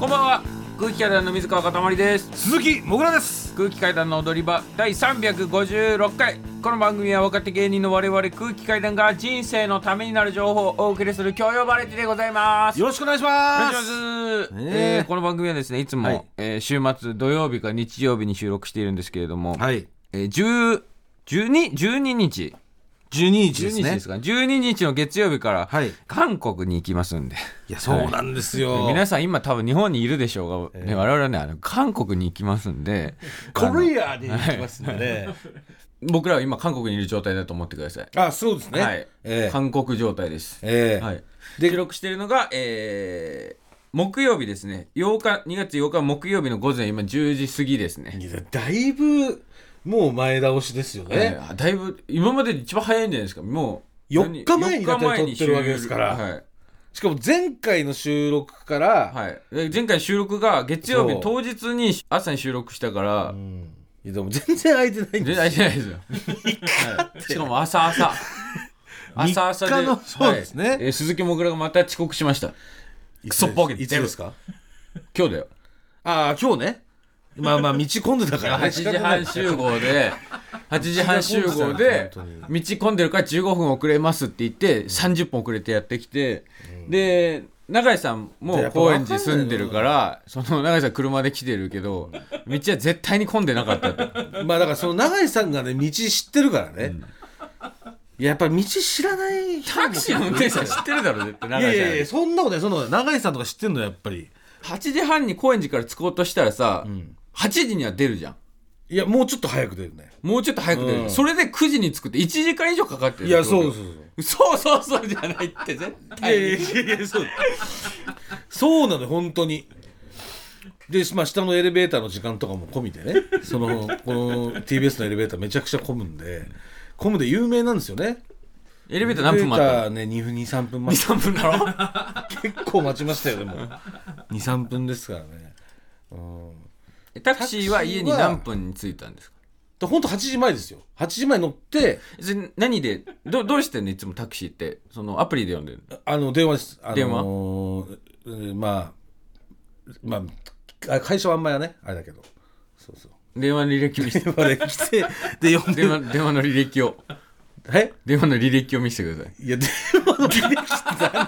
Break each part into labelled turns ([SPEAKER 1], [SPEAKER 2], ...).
[SPEAKER 1] ばんは空気階段の水川かたまりです
[SPEAKER 2] 鈴木もぐらです
[SPEAKER 1] 空気階段の踊り場第356回この番組は若手芸人の我々空気階段が人生のためになる情報をお送りする教養バラエティでございます
[SPEAKER 2] よろしくお願いし
[SPEAKER 1] お願い
[SPEAKER 2] ま
[SPEAKER 1] しますす、
[SPEAKER 2] ねえ
[SPEAKER 1] えーこの番組はですねいつも、
[SPEAKER 2] はい
[SPEAKER 1] えー週末土曜日か日曜日に収録しているんですけれども、
[SPEAKER 2] はい
[SPEAKER 1] えー、10 12, 12日
[SPEAKER 2] 12
[SPEAKER 1] 12
[SPEAKER 2] 日です
[SPEAKER 1] 日
[SPEAKER 2] ね
[SPEAKER 1] ですか12日の月曜日から、
[SPEAKER 2] はい
[SPEAKER 1] 韓国に行きますんで
[SPEAKER 2] いやそうなんですよ、
[SPEAKER 1] で皆さん今多分日本にいるでしょうが、ね
[SPEAKER 2] ええ
[SPEAKER 1] 我々はねあの韓国に行きますん で
[SPEAKER 2] コリアで行きますんでね
[SPEAKER 1] 僕らは今韓国にいる状態だと思ってください、
[SPEAKER 2] あそうですね
[SPEAKER 1] はい、
[SPEAKER 2] ええ
[SPEAKER 1] 韓国状態です、
[SPEAKER 2] ええ
[SPEAKER 1] はい、
[SPEAKER 2] で
[SPEAKER 1] 記録しているのが、えー木曜日ですね8日2月8日木曜日の午前今10時過ぎですね、
[SPEAKER 2] いやだいぶもう前倒しですよ
[SPEAKER 1] え
[SPEAKER 2] ね、
[SPEAKER 1] ーだいぶ今までで一番早いんじゃないですかもう
[SPEAKER 2] 四日前に
[SPEAKER 1] 四日
[SPEAKER 2] だって撮ってるわけですから
[SPEAKER 1] はい
[SPEAKER 2] しかも前回の収録から、
[SPEAKER 1] はい、で前回収録が月曜
[SPEAKER 2] そ
[SPEAKER 1] 日
[SPEAKER 2] う
[SPEAKER 1] 当日に朝に収録したから、
[SPEAKER 2] うんいやでも全然空いてないん
[SPEAKER 1] 全然
[SPEAKER 2] で
[SPEAKER 1] 空い
[SPEAKER 2] すよ
[SPEAKER 1] てないですよ。はいしかも朝朝。朝朝で。
[SPEAKER 2] 日課のそうですね
[SPEAKER 1] はいえー鈴木もぐらがまた遅刻しました。クソっぽけ
[SPEAKER 2] いつですか
[SPEAKER 1] 今日だよ。
[SPEAKER 2] ああ今日ねまあまあ道混んでたからね
[SPEAKER 1] 8時半集合で、8時半集合で、道
[SPEAKER 2] 本
[SPEAKER 1] 混んでるから15分遅れますって言って、30分遅れてやってきて、で、永井さんも高円寺住んでるから、その永井さん車で来てるけど、道は絶対に混んでなかったと。
[SPEAKER 2] まあだからその永井さんがね道知ってるからね、いややっぱり道知らない人も
[SPEAKER 1] タクシーの運転手さん知ってるだろ、絶対
[SPEAKER 2] い
[SPEAKER 1] 永井
[SPEAKER 2] や
[SPEAKER 1] さん。
[SPEAKER 2] いやいやそんなことないそんなことない永井さんとか知ってんのやっぱり
[SPEAKER 1] 8時半に高円寺から着こうとしたらさ、8時には出るじゃん
[SPEAKER 2] いやもうちょっと早く出るね
[SPEAKER 1] もうちょっと早く出る、
[SPEAKER 2] うん
[SPEAKER 1] それで9時に着くって1時間以上かかってる
[SPEAKER 2] いやそ
[SPEAKER 1] そ
[SPEAKER 2] うそうそう
[SPEAKER 1] うそうそうそうじゃないって絶
[SPEAKER 2] いや
[SPEAKER 1] 対
[SPEAKER 2] いやいやいやそうそうなのよ本当にで、まあ、下のエレベーターの時間とかも込みでねそのこの TBS のエレベーターめちゃくちゃ混むんで混むで有名なんですよね
[SPEAKER 1] エレベーター何分待
[SPEAKER 2] エレ
[SPEAKER 1] っ
[SPEAKER 2] ベー
[SPEAKER 1] た
[SPEAKER 2] ターね2分23分待っ
[SPEAKER 1] 23分だ ろ
[SPEAKER 2] た結構待ちましたよでも23分ですからねうん
[SPEAKER 1] タクシーは家に何分に着いたんですか
[SPEAKER 2] でほんと8時前ですよ8時前に乗って
[SPEAKER 1] それ何でどどうしてんのいつもタクシーってそのアプリで呼んでるの
[SPEAKER 2] あの電話です、あのー
[SPEAKER 1] 電話
[SPEAKER 2] えーまあまああ会社はあんまやねあれだけどそうそう
[SPEAKER 1] 電話の履歴を見せて
[SPEAKER 2] 電話で来てで呼んで
[SPEAKER 1] 電話電話の履歴を
[SPEAKER 2] え
[SPEAKER 1] 電話の履歴を見せてください
[SPEAKER 2] いや電話の履歴って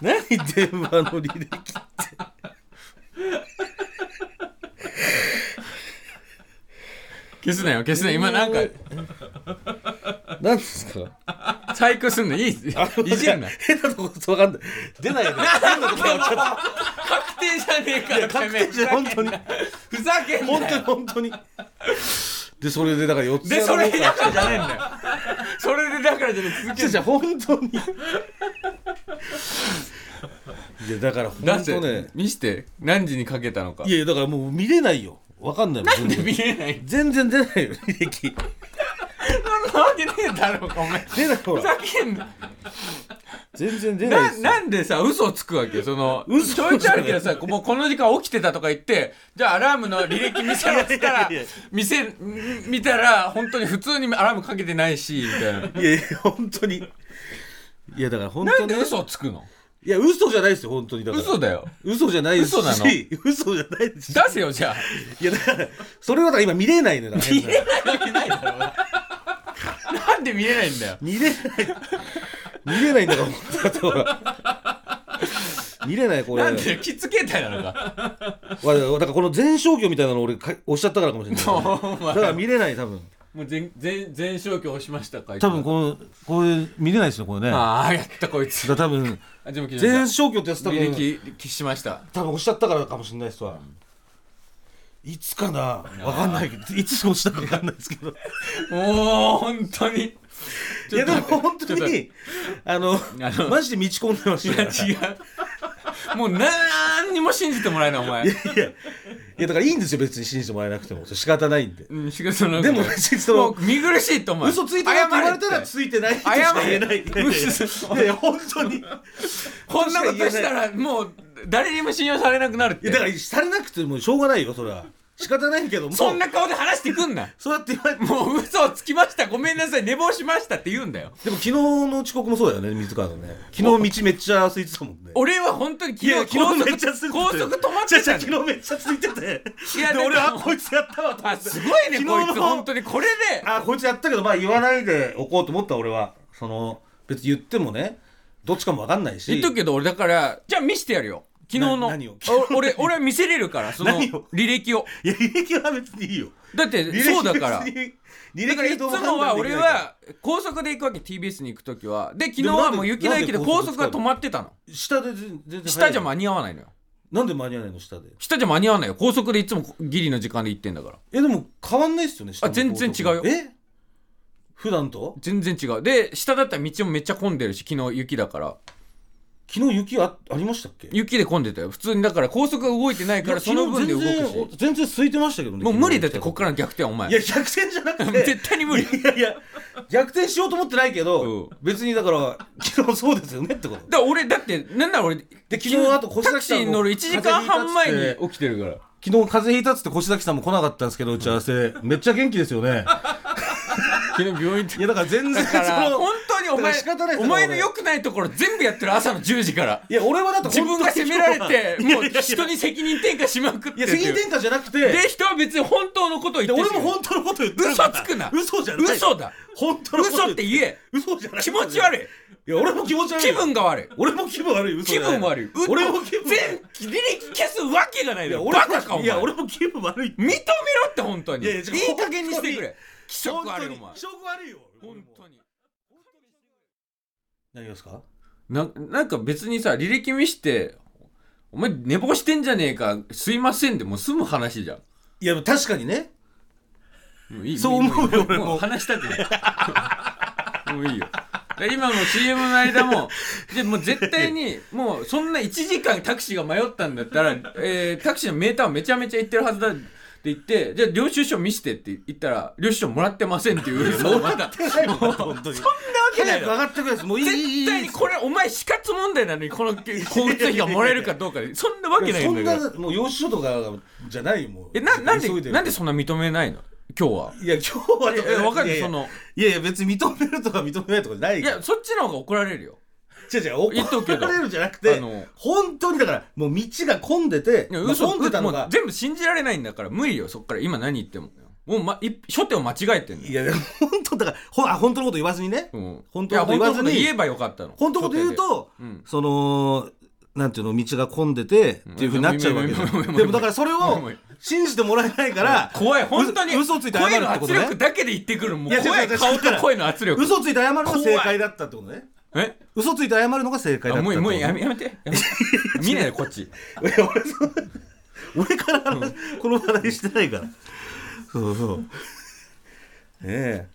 [SPEAKER 2] 何 何電話の履歴って
[SPEAKER 1] 消すなよ消すなよ今なんか
[SPEAKER 2] 何ですか
[SPEAKER 1] 細工すんのいいいじんな
[SPEAKER 2] 変なとこ分かんない出ないよね変なとこやっちゃっ
[SPEAKER 1] 確定じゃねえか
[SPEAKER 2] た
[SPEAKER 1] ら
[SPEAKER 2] いや確定じゃない本当に
[SPEAKER 1] ふざけんな
[SPEAKER 2] 本当
[SPEAKER 1] よ
[SPEAKER 2] に本当にでそれでだから4つ
[SPEAKER 1] でそれだからじゃねえんだよそれでだからじゃねえ続け
[SPEAKER 2] じゃ本当にいやだから
[SPEAKER 1] 出
[SPEAKER 2] 本
[SPEAKER 1] せ、
[SPEAKER 2] 当ね
[SPEAKER 1] 見して何時にかけたのか
[SPEAKER 2] いやだからもう見れないよわかんないもん全然
[SPEAKER 1] 見えない
[SPEAKER 2] 全然出ないよ履歴
[SPEAKER 1] そんなわけねえだろうかお前ふ
[SPEAKER 2] 出ないほ
[SPEAKER 1] ざ
[SPEAKER 2] ら
[SPEAKER 1] けん な
[SPEAKER 2] 全然出ないで
[SPEAKER 1] な
[SPEAKER 2] すよ
[SPEAKER 1] なんでさ嘘をつくわけその
[SPEAKER 2] 嘘
[SPEAKER 1] ちょいちょいあるけどさもうこの時間起きてたとか言ってじゃあアラームの履歴見せろっつったら
[SPEAKER 2] いやいやいや
[SPEAKER 1] 見せん見たら本当に普通にアラームかけてないしみたいない
[SPEAKER 2] やいや本当にいやだから本
[SPEAKER 1] な
[SPEAKER 2] 当
[SPEAKER 1] んで
[SPEAKER 2] ね
[SPEAKER 1] 嘘をつくの
[SPEAKER 2] いや嘘じゃないですよ本当にだから
[SPEAKER 1] 嘘だよ
[SPEAKER 2] 嘘じゃないですし
[SPEAKER 1] 嘘なの
[SPEAKER 2] 嘘じゃないですし
[SPEAKER 1] 出せよじゃあ
[SPEAKER 2] いやだからそれはだから今見れないのよだから
[SPEAKER 1] 見れないわけないだろなんで見れないんだよ
[SPEAKER 2] 見れない見れないんだから本当だとほら見れないこれ
[SPEAKER 1] なんでキッズ携帯なの か
[SPEAKER 2] わだからこの全勝鏡みたいなの俺か押しちゃったからかも しれない
[SPEAKER 1] お前
[SPEAKER 2] だから見れない多分
[SPEAKER 1] もう全全全勝挙押しましたか
[SPEAKER 2] 多分このこれ見れないですねこれねだか
[SPEAKER 1] ああやったこいつ
[SPEAKER 2] ら多 分
[SPEAKER 1] あでも全
[SPEAKER 2] 全
[SPEAKER 1] 勝
[SPEAKER 2] 勝鏡ってやつ多分
[SPEAKER 1] 履歴消しました
[SPEAKER 2] 多分押しちゃったからかもしれないですわいつかなわかんないけどいつ押したかわかんないですけど
[SPEAKER 1] もう本当に
[SPEAKER 2] いやでも本当
[SPEAKER 1] ちょっと待っ
[SPEAKER 2] にあの
[SPEAKER 1] あの
[SPEAKER 2] マジで道込んでましたから
[SPEAKER 1] 違うもう何にも信じてもらえないお前
[SPEAKER 2] いやいやだからいいんですよ別に信じてもらえなくても仕方ないんで
[SPEAKER 1] うんしかしその
[SPEAKER 2] でも別にその
[SPEAKER 1] もう見苦しいと思う
[SPEAKER 2] 嘘ついてないって言われた
[SPEAKER 1] 謝
[SPEAKER 2] ら
[SPEAKER 1] って
[SPEAKER 2] ついてないとしか言えない
[SPEAKER 1] 謝れ嘘
[SPEAKER 2] いやいや本当に
[SPEAKER 1] こんなことしたらもう誰にも信用されなくなるっ
[SPEAKER 2] い
[SPEAKER 1] て
[SPEAKER 2] やだからされなくてもしょうがないよそれは仕方ないけども
[SPEAKER 1] そんな顔で話してくんな
[SPEAKER 2] そうやって言われて
[SPEAKER 1] もう嘘をつきましたごめんなさい寝坊しましたって言うんだよ
[SPEAKER 2] でも昨日の遅刻もそうだよね水川のね昨日道めっちゃ空いてたもんね
[SPEAKER 1] 俺は本当に昨
[SPEAKER 2] いや
[SPEAKER 1] 日高
[SPEAKER 2] 昨日め
[SPEAKER 1] 速
[SPEAKER 2] っちゃ空いてた
[SPEAKER 1] 高速止まってたんだよ
[SPEAKER 2] 昨日めっちゃ空いてて
[SPEAKER 1] いや
[SPEAKER 2] で俺
[SPEAKER 1] なん
[SPEAKER 2] は
[SPEAKER 1] か
[SPEAKER 2] こいつやったわと思
[SPEAKER 1] あ
[SPEAKER 2] って
[SPEAKER 1] すごいね
[SPEAKER 2] 昨日
[SPEAKER 1] こい
[SPEAKER 2] の
[SPEAKER 1] つ本当にこれで
[SPEAKER 2] あこいつやったけどまあ言わないでおこうと思った俺はその別に言ってもねどっちかも分かんないし
[SPEAKER 1] 言っとくけど俺だからじゃあ見してやるよ昨日の
[SPEAKER 2] な何を
[SPEAKER 1] お俺俺は見せれるからその
[SPEAKER 2] 何を
[SPEAKER 1] 履歴を
[SPEAKER 2] いや履歴は別にいいよ
[SPEAKER 1] だって
[SPEAKER 2] 履歴
[SPEAKER 1] そうだから
[SPEAKER 2] 別に履
[SPEAKER 1] だからいつ
[SPEAKER 2] どう
[SPEAKER 1] も
[SPEAKER 2] 判断できない
[SPEAKER 1] は俺
[SPEAKER 2] から
[SPEAKER 1] は高速で行くわけ TBS に行く時はで昨日
[SPEAKER 2] でもな
[SPEAKER 1] は
[SPEAKER 2] んで
[SPEAKER 1] もう雪の駅で
[SPEAKER 2] なんで高
[SPEAKER 1] 高
[SPEAKER 2] 速
[SPEAKER 1] 速が止まってたの
[SPEAKER 2] 下で全然
[SPEAKER 1] 下じゃ
[SPEAKER 2] 間
[SPEAKER 1] 間に合わないのよ
[SPEAKER 2] なんで間に合わないの下で
[SPEAKER 1] 下じゃ間に合わないよ高速でいつもギリの時間で行ってんだから
[SPEAKER 2] えでも変わんないっすよね下の
[SPEAKER 1] あ全然違うよ
[SPEAKER 2] え普段と
[SPEAKER 1] 全然違うで下だったら道もめっちゃ混んでるし昨日雪だから
[SPEAKER 2] 昨日雪あありましたっけ
[SPEAKER 1] 雪で混んでたよ普通にだから高速が動いてないからその分で動
[SPEAKER 2] いや
[SPEAKER 1] く
[SPEAKER 2] 昨
[SPEAKER 1] し
[SPEAKER 2] 日全然全然空いてましたけどね
[SPEAKER 1] もう無理だってこ
[SPEAKER 2] 昨
[SPEAKER 1] っ
[SPEAKER 2] 日
[SPEAKER 1] からの逆転はお前
[SPEAKER 2] いや逆転じゃなくて
[SPEAKER 1] 絶対に無理
[SPEAKER 2] いやいや逆転しようと思ってないけど、
[SPEAKER 1] うん
[SPEAKER 2] 別にだから昨日そうですよねってこと
[SPEAKER 1] だから俺だってなんなら俺で
[SPEAKER 2] 昨日あと小
[SPEAKER 1] タ
[SPEAKER 2] 崎さんも
[SPEAKER 1] クシーに乗る1時間半前に
[SPEAKER 2] 風邪ひいたっつ
[SPEAKER 1] 起きてるから
[SPEAKER 2] 昨日風邪ひいたっつって越崎さんも来なかったんですけど打ち合わせめっちゃ元気ですよね
[SPEAKER 1] 昨日病院行って
[SPEAKER 2] いやだから全然
[SPEAKER 1] だから
[SPEAKER 2] その
[SPEAKER 1] 本当にお
[SPEAKER 2] だから
[SPEAKER 1] 前
[SPEAKER 2] 仕方ないです
[SPEAKER 1] お前の良くないところ全部やってる朝の10時から
[SPEAKER 2] いや俺はだって
[SPEAKER 1] 自分が責められて
[SPEAKER 2] いやい
[SPEAKER 1] もう
[SPEAKER 2] やいや
[SPEAKER 1] 人に責任転嫁しまくっ
[SPEAKER 2] い
[SPEAKER 1] て
[SPEAKER 2] や
[SPEAKER 1] るって
[SPEAKER 2] 責
[SPEAKER 1] いう
[SPEAKER 2] 任転嫁じゃなくて
[SPEAKER 1] で人は別に本当のことを言
[SPEAKER 2] で
[SPEAKER 1] って
[SPEAKER 2] 俺
[SPEAKER 1] る
[SPEAKER 2] も本当のこと言ってるから
[SPEAKER 1] 嘘つくな
[SPEAKER 2] 嘘じゃない
[SPEAKER 1] 嘘だ
[SPEAKER 2] 本当のこと
[SPEAKER 1] 嘘って言え
[SPEAKER 2] 嘘じゃない
[SPEAKER 1] 気持ち悪い
[SPEAKER 2] いや俺も気持ち悪い
[SPEAKER 1] 気分が悪い
[SPEAKER 2] 俺も気分悪い嘘
[SPEAKER 1] 気
[SPEAKER 2] じゃない
[SPEAKER 1] 分悪いう
[SPEAKER 2] 俺も気分悪い
[SPEAKER 1] 全履歴消すわけがない
[SPEAKER 2] い
[SPEAKER 1] だ
[SPEAKER 2] や
[SPEAKER 1] ろ
[SPEAKER 2] 俺
[SPEAKER 1] バ
[SPEAKER 2] も
[SPEAKER 1] カかお前
[SPEAKER 2] いや俺も気分悪い
[SPEAKER 1] 認めろって本当に
[SPEAKER 2] いやい
[SPEAKER 1] い
[SPEAKER 2] や
[SPEAKER 1] い
[SPEAKER 2] 違う
[SPEAKER 1] 加減にしてくれ気色
[SPEAKER 2] 本当
[SPEAKER 1] 悪いお
[SPEAKER 2] に
[SPEAKER 1] 前
[SPEAKER 2] 気色悪いよ
[SPEAKER 1] 本当に
[SPEAKER 2] 何がですか
[SPEAKER 1] ななんか別にさ履歴見して「お前寝坊してんじゃねえかすいません」でもう済む話じゃん
[SPEAKER 2] いや確かにね
[SPEAKER 1] もういい
[SPEAKER 2] そう思うよ
[SPEAKER 1] もいい
[SPEAKER 2] 俺も
[SPEAKER 1] もう話したく ないもういいよで今の CM の間もでもう絶対にもうそんな1時間タクシーが迷ったんだったら、えータクシーのメーターはめちゃめちゃ行ってるはずだって言ってじゃあ領収書見してって言ったら領収書もらってませんっていうもうまだ
[SPEAKER 2] そんなわ けない上がってくれですもういい
[SPEAKER 1] 絶対にこれお前死活問題なのにこの交通費がもらえるかどうかでそんなわけない
[SPEAKER 2] そ
[SPEAKER 1] んだ
[SPEAKER 2] ん
[SPEAKER 1] から
[SPEAKER 2] なもう養子書とかじゃないよもう
[SPEAKER 1] えななん
[SPEAKER 2] 急い
[SPEAKER 1] で
[SPEAKER 2] る
[SPEAKER 1] なんでそんな認めないの今日はい
[SPEAKER 2] や今日は
[SPEAKER 1] ええわか
[SPEAKER 2] いや
[SPEAKER 1] る
[SPEAKER 2] いや
[SPEAKER 1] その
[SPEAKER 2] いやいや別に認めるとか認めないとかじゃない
[SPEAKER 1] い
[SPEAKER 2] から
[SPEAKER 1] やそっちの方が怒られるよ
[SPEAKER 2] 違う違う怒
[SPEAKER 1] 言っとくけど
[SPEAKER 2] られるじゃなく
[SPEAKER 1] あ
[SPEAKER 2] て
[SPEAKER 1] の
[SPEAKER 2] 本当にだからもう道が混んでて
[SPEAKER 1] いや
[SPEAKER 2] まあ
[SPEAKER 1] 嘘、
[SPEAKER 2] 混んでたの
[SPEAKER 1] もう
[SPEAKER 2] が
[SPEAKER 1] 全部信じられないんだから無理よそっから今何言ってももう、ま、い初手を間違えてんの
[SPEAKER 2] いやいや本当だからほんあ本当のこと言わずにね
[SPEAKER 1] うん、
[SPEAKER 2] 本当のこと言わず
[SPEAKER 1] いや本
[SPEAKER 2] に
[SPEAKER 1] 当のこと言えばよかったの
[SPEAKER 2] 本当のこと言う
[SPEAKER 1] 初
[SPEAKER 2] と
[SPEAKER 1] 手でうん
[SPEAKER 2] そのなんていうの道が混んでてっていうふうになっちゃうわけじゃ
[SPEAKER 1] うんうん
[SPEAKER 2] んでもだからそれ
[SPEAKER 1] うんう
[SPEAKER 2] を
[SPEAKER 1] ん
[SPEAKER 2] 信じてもらえないから
[SPEAKER 1] 怖い本当に
[SPEAKER 2] 嘘嘘ついて謝るってこと
[SPEAKER 1] 声の圧力
[SPEAKER 2] ね
[SPEAKER 1] だけで言ってくるもう
[SPEAKER 2] いや違う
[SPEAKER 1] 怖
[SPEAKER 2] 違
[SPEAKER 1] いう
[SPEAKER 2] 違う
[SPEAKER 1] 顔と声の圧力
[SPEAKER 2] 嘘ついて謝るのが正解だったってことね
[SPEAKER 1] え
[SPEAKER 2] 嘘ついて謝るのが正解だ
[SPEAKER 1] あ
[SPEAKER 2] ったっ
[SPEAKER 1] も
[SPEAKER 2] て
[SPEAKER 1] う
[SPEAKER 2] こと
[SPEAKER 1] もうやめやめてやめ て見ないでこっち
[SPEAKER 2] いや俺そう俺から話この話題してないからそうそうねえ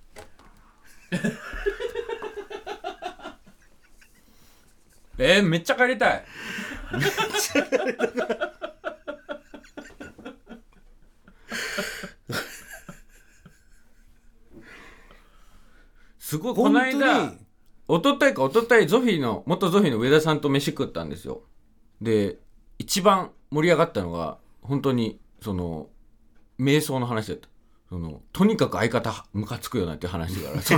[SPEAKER 1] えー、めっちゃ帰りたいすごいこの間
[SPEAKER 2] 本
[SPEAKER 1] 一昨日か一昨日ゾフィーの元ゾフィーの上田さんと飯食ったんですよで一番盛り上がったのが本当にその瞑想の話だったそのとにかく相方ムカつくよなっていう話だからそ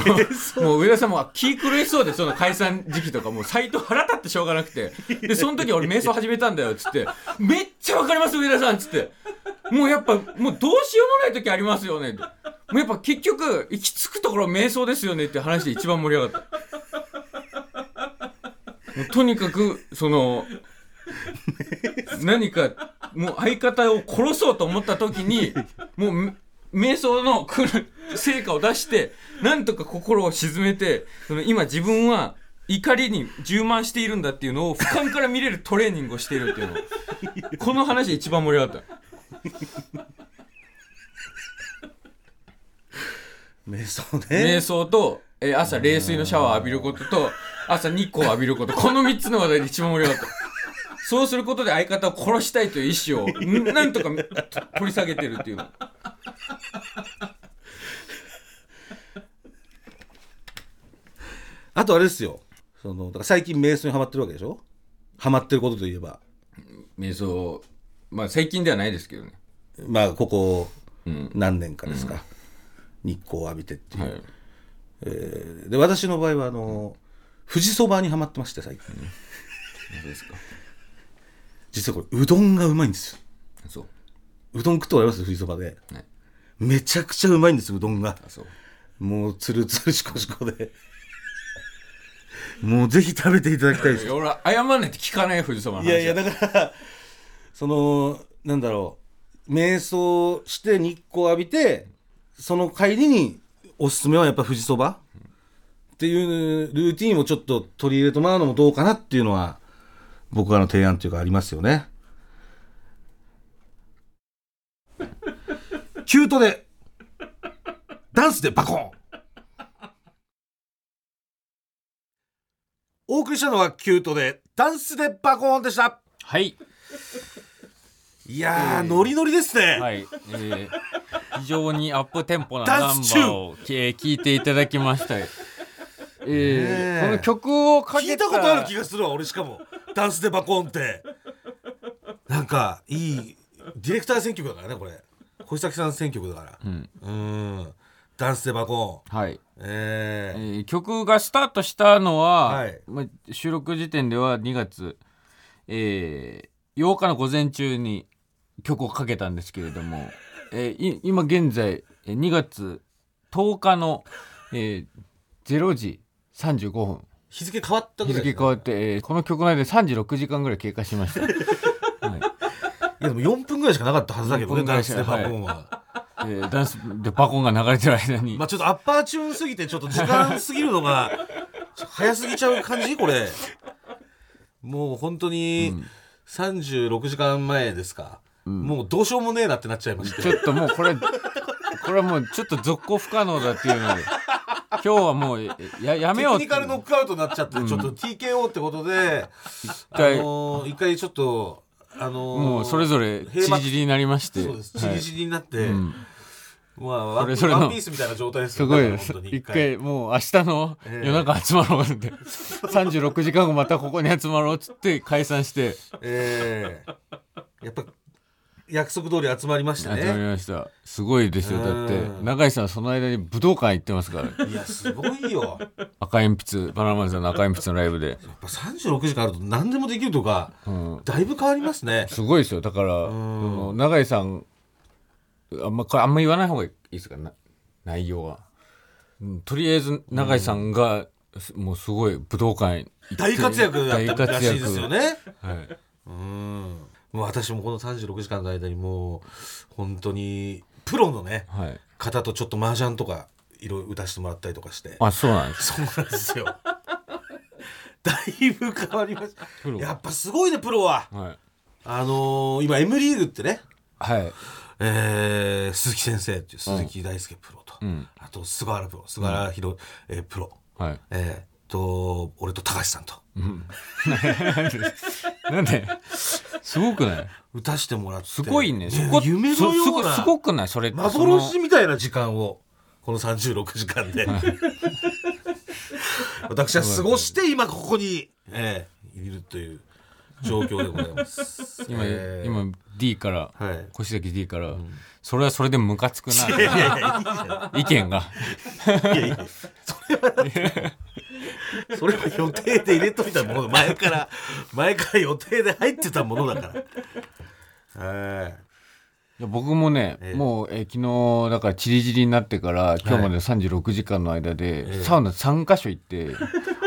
[SPEAKER 1] のもう上田さんも気狂いそうでその解散時期とかもうサイト腹立ってしょうがなくてでその時俺瞑想始めたんだよっつって「めっちゃわかります上田さん」っつってもうやっぱもうどうしようもない時ありますよねってもうやっぱ結局行き着くところは瞑想ですよねって話で一番盛り上がったもうとにかくその何かもう相方を殺そうと思った時にもうめ瞑想の来る成果を出してなんとか心を沈めてその今自分は怒りに充満しているんだっていうのを俯瞰から見れるトレーニングをしているっていうのをこの話一番盛り上がった
[SPEAKER 2] 瞑想
[SPEAKER 1] 瞑
[SPEAKER 2] ね
[SPEAKER 1] 想と、えー朝冷水のシャワー浴びることと朝日光を浴びることこの3つの話題で一番盛り上がったそうすることで相方を殺したいという意思をんなんとか取り下げてるっていうの
[SPEAKER 2] あとあれですよそのだから最近瞑想にハマってるわけでしょハマってることといえば
[SPEAKER 1] 瞑想まあ最近ではないですけどね
[SPEAKER 2] まあここ
[SPEAKER 1] うん
[SPEAKER 2] 何年かですか、日光を浴びてっていう、
[SPEAKER 1] はい
[SPEAKER 2] えーで私の場合はあの富士そばにはまってまして最近
[SPEAKER 1] そうですか
[SPEAKER 2] 実はこれうどんがうまいんですよ
[SPEAKER 1] そう
[SPEAKER 2] うどん食ったことあります富士そばで、
[SPEAKER 1] はい
[SPEAKER 2] めちゃくちゃうまいんですようどんが
[SPEAKER 1] あそう
[SPEAKER 2] もうつるつるしこしこで もうぜひ食べていただきたいです
[SPEAKER 1] いや俺は謝んないって聞かないよ藤様の話
[SPEAKER 2] いやいやだからそのなんだろう瞑想して日光浴びてその帰りにおすすめはやっぱ富士そばっていうルーティンをちょっと取り入れてもらうのもどうかなっていうのは僕らの提案というかありますよね。キュートでダンスでバコンお送りしたのはキュートでダンスでバコーンでした
[SPEAKER 1] はい
[SPEAKER 2] いやー、ノリノリですね。
[SPEAKER 1] はい、えー、非常にアップテンポなナン
[SPEAKER 2] ダ
[SPEAKER 1] バ
[SPEAKER 2] ンス中
[SPEAKER 1] ーをえー聞いていただきました、え
[SPEAKER 2] ねえ
[SPEAKER 1] ー、この曲をかけ
[SPEAKER 2] 聞いたことある気がするわ、俺しかも。ダンスでバコーンって。なんか、いい、ディレクター選曲だからね、これ。小崎さん選曲だから。
[SPEAKER 1] うん
[SPEAKER 2] うーん。ダンスでバコーン。
[SPEAKER 1] はい
[SPEAKER 2] え
[SPEAKER 1] え
[SPEAKER 2] ー
[SPEAKER 1] ー曲がスタートしたのは、
[SPEAKER 2] はい
[SPEAKER 1] まあ収録時点では2月、えー8日の午前中に曲をかけたんですけれども、 えーい今現在えー2月10日の、えー0時35分
[SPEAKER 2] 日付変わったぐ
[SPEAKER 1] 日
[SPEAKER 2] らい。
[SPEAKER 1] 付変わって、えーこの曲の間で36時間ぐらい経過しました。はい
[SPEAKER 2] いや、でも4分ぐらいしかなかったはずだけどね、
[SPEAKER 1] 4分ぐ
[SPEAKER 2] ダ
[SPEAKER 1] ら
[SPEAKER 2] ン
[SPEAKER 1] いし
[SPEAKER 2] ス
[SPEAKER 1] か
[SPEAKER 2] でバコーンは。
[SPEAKER 1] えーダンスでパコンが流れてる間に、
[SPEAKER 2] まあちょっとアッパーチューンすぎて、ちょっと時間過ぎるのが、ちょっと早すぎちゃう感じこれ。もう本当に、36時間前ですか。もうどうしようもねえなってなっちゃいました。
[SPEAKER 1] ちょっともうこれ、これはもうちょっと続行不可能だっていうので、今日はもうえややめ
[SPEAKER 2] テ
[SPEAKER 1] よう
[SPEAKER 2] ク
[SPEAKER 1] って
[SPEAKER 2] ニカルノックアウトになっちゃって、ちょっと TKO ってことで、あ
[SPEAKER 1] 回
[SPEAKER 2] のー一回ちょっと、あのー
[SPEAKER 1] もうそれぞれちりじりになりまして、
[SPEAKER 2] そうです。チリチリになって、
[SPEAKER 1] ん
[SPEAKER 2] まあワン
[SPEAKER 1] それぞれの
[SPEAKER 2] ワンピースみたいな状態です
[SPEAKER 1] す
[SPEAKER 2] よ
[SPEAKER 1] ごいで
[SPEAKER 2] だか
[SPEAKER 1] す
[SPEAKER 2] ら本当。に
[SPEAKER 1] 一回もう明日の夜中集まろう って、36時間後またここに集まろうっつって解散して
[SPEAKER 2] ええやっぱ約束通り集まりま
[SPEAKER 1] 集
[SPEAKER 2] した
[SPEAKER 1] まり
[SPEAKER 2] ね。
[SPEAKER 1] ました。すごいですよ。だって
[SPEAKER 2] うん
[SPEAKER 1] 永井さんその間に武道館行ってますから、
[SPEAKER 2] いやすごいよ。やっ
[SPEAKER 1] 赤鉛筆バナナマンさんの赤鉛筆のライブで、
[SPEAKER 2] ぱ36時間あると何でもできるとか、
[SPEAKER 1] うん、
[SPEAKER 2] だいぶ変わります ね。
[SPEAKER 1] すごいですよ。だからその永井さんあんまこれあんま言わない方がいいですかな内容は。うんとりあえず永井さんが、もうすごい武道館行って
[SPEAKER 2] 大活躍だった
[SPEAKER 1] 大活
[SPEAKER 2] ら
[SPEAKER 1] 躍
[SPEAKER 2] しいですよね。
[SPEAKER 1] はい。
[SPEAKER 2] うん。もう私もこの36時間の間にもう本当にプロのね
[SPEAKER 1] はい。
[SPEAKER 2] 方とちょっと麻雀とかいろいろ打たせてもらったりとかして。
[SPEAKER 1] あ、そうなんです。
[SPEAKER 2] そうなんです よ。だいぶ変わりました
[SPEAKER 1] プ。ロ
[SPEAKER 2] やっぱすごいねプロは。
[SPEAKER 1] はい。
[SPEAKER 2] あのー今 M リーグってね。
[SPEAKER 1] はい。
[SPEAKER 2] えー鈴木先生っていう鈴木大輔プロと、
[SPEAKER 1] ん
[SPEAKER 2] あと菅原プロ菅原弘、えープロ、
[SPEAKER 1] はい。
[SPEAKER 2] えー、と俺と高橋さんと
[SPEAKER 1] なんで、すごくない
[SPEAKER 2] 打たしてもらって
[SPEAKER 1] すごいね。そ
[SPEAKER 2] や
[SPEAKER 1] こ、
[SPEAKER 2] 夢の
[SPEAKER 1] そす
[SPEAKER 2] よう
[SPEAKER 1] ご
[SPEAKER 2] な
[SPEAKER 1] すごくないそれって。その
[SPEAKER 2] 幻みたいな時間をこの36時間で私は過ごして今ここに、えーいるという状況でございます。
[SPEAKER 1] 今、
[SPEAKER 2] えー
[SPEAKER 1] 今、D から、
[SPEAKER 2] はい
[SPEAKER 1] 越崎 D から、それはそれでムカつく
[SPEAKER 2] い
[SPEAKER 1] な、
[SPEAKER 2] やいやいやいいじ
[SPEAKER 1] 意
[SPEAKER 2] ゃん
[SPEAKER 1] 見が。
[SPEAKER 2] いやいや、それはだって、それは予定で入れといたもの、前から、前から予定で入ってたものだから。はい
[SPEAKER 1] いや僕もね、
[SPEAKER 2] ええ
[SPEAKER 1] もう、えー昨日だからチリチリになってから今日までの36時間の間で、
[SPEAKER 2] ええ
[SPEAKER 1] サウナ3箇所行って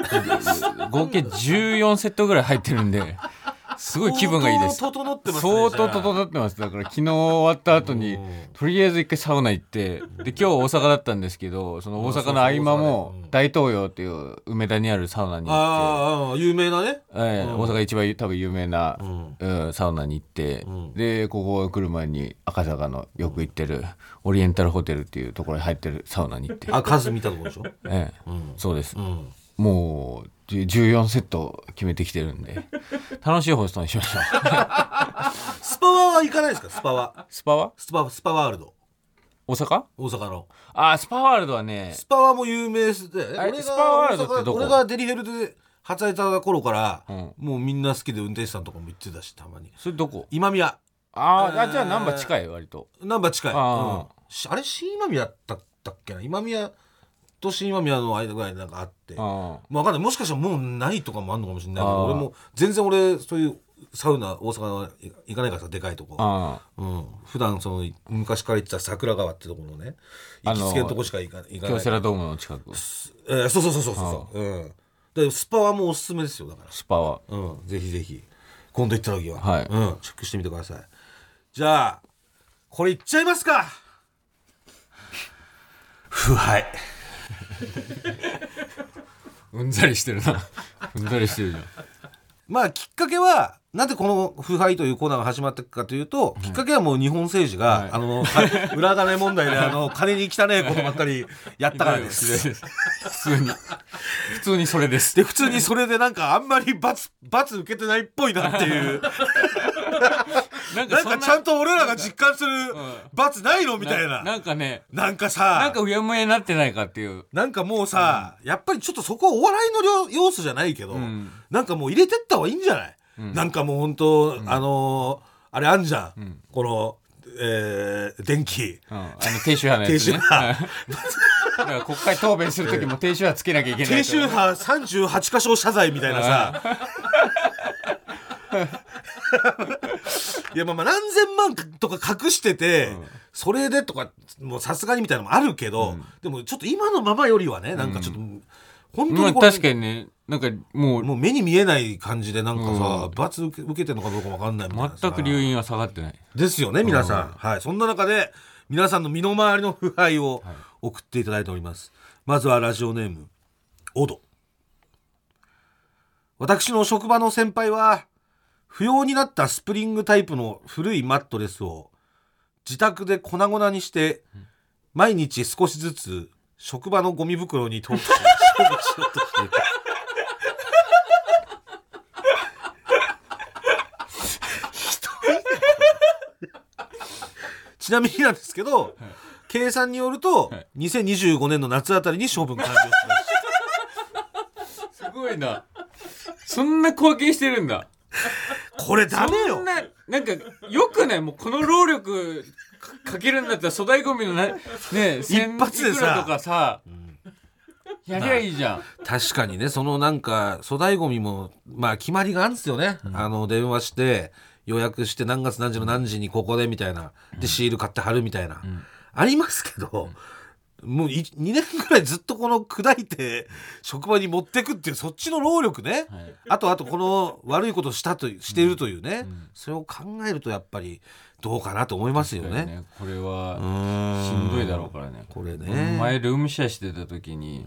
[SPEAKER 1] 合計14セットぐらい入ってるんですごい気分がいいです
[SPEAKER 2] 相当整ってますね。
[SPEAKER 1] 相
[SPEAKER 2] じゃ
[SPEAKER 1] 当
[SPEAKER 2] あ
[SPEAKER 1] 整ってますだから昨日終わった後に
[SPEAKER 2] うん
[SPEAKER 1] とりあえず一回サウナ行ってで今日大阪だったんですけどその大阪の合間も
[SPEAKER 2] うん
[SPEAKER 1] 大東洋っていう梅田にあるサウナに行って、
[SPEAKER 2] ああ、有名なね。
[SPEAKER 1] ええ大阪一番多分有名な、
[SPEAKER 2] ん
[SPEAKER 1] うんサウナに行って、
[SPEAKER 2] ん
[SPEAKER 1] でここ来る前に赤坂のよく行ってるオリエンタルホテルっていうところに入ってるサウナに行 って、
[SPEAKER 2] あ、数見たところでしょ。
[SPEAKER 1] ええ
[SPEAKER 2] うん
[SPEAKER 1] そうです
[SPEAKER 2] うん。
[SPEAKER 1] もうじゅ14セット決めてきてるんで楽しい放送にしま しょう
[SPEAKER 2] スパワは行かないですか、スパワ。
[SPEAKER 1] スパは
[SPEAKER 2] スパ、スパワールド。
[SPEAKER 1] 大阪
[SPEAKER 2] 大阪の。
[SPEAKER 1] あスパワールドはね
[SPEAKER 2] スパワも有名ですで、
[SPEAKER 1] あれ
[SPEAKER 2] 俺が
[SPEAKER 1] スパワールド
[SPEAKER 2] 大阪
[SPEAKER 1] ってどこ
[SPEAKER 2] 俺がデリヘルで働いた頃から、
[SPEAKER 1] ん
[SPEAKER 2] もうみんな好きで運転手さんとかも行ってたし、たまに。
[SPEAKER 1] それどこ
[SPEAKER 2] 今宮。
[SPEAKER 1] あー
[SPEAKER 2] え
[SPEAKER 1] あ
[SPEAKER 2] ー
[SPEAKER 1] じゃあ難波近い割と
[SPEAKER 2] 難波近い
[SPEAKER 1] あ
[SPEAKER 2] あ,、うんし、あれ新今宮だったっけな今宮と新今宮の間ぐらいなんかあって
[SPEAKER 1] あ
[SPEAKER 2] まあ、分かんないもしかしたらもうないとかもあるのかもしれないけ
[SPEAKER 1] あ
[SPEAKER 2] ど
[SPEAKER 1] ー
[SPEAKER 2] 俺も全然俺そういうサウナ大阪は行かないからさでかいとこ、
[SPEAKER 1] あ
[SPEAKER 2] うん、普段その昔から行ってた桜川ってところのね行
[SPEAKER 1] あ
[SPEAKER 2] き
[SPEAKER 1] の
[SPEAKER 2] つけのとこしか行か行かな
[SPEAKER 1] 京
[SPEAKER 2] い
[SPEAKER 1] セラドームの近く
[SPEAKER 2] えーそうそうそうそうそうそう、うん、だからスパはもうおすすめですよだか
[SPEAKER 1] スパは
[SPEAKER 2] ら、うん、ぜひぜひ今度行った時は、
[SPEAKER 1] はい
[SPEAKER 2] うん、チェックしてみてくださいじゃあこれいっちゃいますか 腐敗
[SPEAKER 1] うんざりしてるなうんざりして るじゃん
[SPEAKER 2] まあきっかけはなぜこの「腐敗」というコーナーが始まったかというと、きっかけはもう日本政治が、
[SPEAKER 1] い
[SPEAKER 2] あの か裏金問題であの金に汚ねえことばっかりやったからです。
[SPEAKER 1] 普通に普通にそれです
[SPEAKER 2] で普通にそれでなんかあんまり罰罰受けてないっぽいなってい う
[SPEAKER 1] なん
[SPEAKER 2] なん
[SPEAKER 1] そ
[SPEAKER 2] かちゃんと俺らが実感する罰ないのみたいな
[SPEAKER 1] なんかね
[SPEAKER 2] なんかさ
[SPEAKER 1] なんかうやむやになってないかっていう
[SPEAKER 2] なんかもうさ、やっぱりちょっとそこはお笑いの要要素じゃないけど、
[SPEAKER 1] ん
[SPEAKER 2] なんかもう入れてった方がいいんじゃない、なんかもう本当、あのーあれあんじゃん、この、えー電気。
[SPEAKER 1] うん、あの低周波のやつね。
[SPEAKER 2] 低周波
[SPEAKER 1] はいだから国会答弁する時 も低周波つけなきゃいけないと。
[SPEAKER 2] 低周波38箇所謝罪みたいなさ。いやまあまあ何千万とか隠してて、それでとかもうさすがにみたいなのもあるけど、でもちょっと今のままよりはねなんかちょっと、本当
[SPEAKER 1] ま
[SPEAKER 2] に
[SPEAKER 1] あ
[SPEAKER 2] これ
[SPEAKER 1] 確かにね、なんかもう
[SPEAKER 2] もう目に見えない感じでなんかさ、罰受け受けてるのかどうかわかんないみたいなさ
[SPEAKER 1] 全く留飲は下がってない。
[SPEAKER 2] ですよね皆さん、はいそんな中で皆さんの身の回りの腐敗を送っていただいております、まずはラジオネームオド私の職場の先輩は不要になったスプリングタイプの古いマットレスを自宅で粉々にして毎日少しずつ職場のゴミ袋に投下し処分しようとしていたちなみになんですけど、計算によると、
[SPEAKER 1] はい
[SPEAKER 2] 2025年の夏あたりに処分完了しました
[SPEAKER 1] すごいな。そんな貢献してるんだ。
[SPEAKER 2] これダメ
[SPEAKER 1] そん
[SPEAKER 2] よ
[SPEAKER 1] な、なんか、よくないもうこの労力かかけるんだったら粗大ゴミのな、ね、千
[SPEAKER 2] 発で
[SPEAKER 1] い
[SPEAKER 2] さ
[SPEAKER 1] くらとかさ、やりゃいいじゃん。
[SPEAKER 2] 確かにねそのなんか粗大ごみもまあ決まりがあるんですよね、あの電話して予約して何月何時の何時にここでみたいなでシール買って貼るみたいな、ありますけど、もうい2年ぐらいずっとこの砕いて職場に持ってくっていうそっちの労力ね、
[SPEAKER 1] はい
[SPEAKER 2] あとあとこの悪いことをしたというしているというね、それを考えるとやっぱりどうかなと思いますよね。
[SPEAKER 1] ねこれ
[SPEAKER 2] う
[SPEAKER 1] は、
[SPEAKER 2] ーん
[SPEAKER 1] しんどいだろうからね。
[SPEAKER 2] これ
[SPEAKER 1] 俺も前
[SPEAKER 2] ね。
[SPEAKER 1] ルームシェアしてた時に、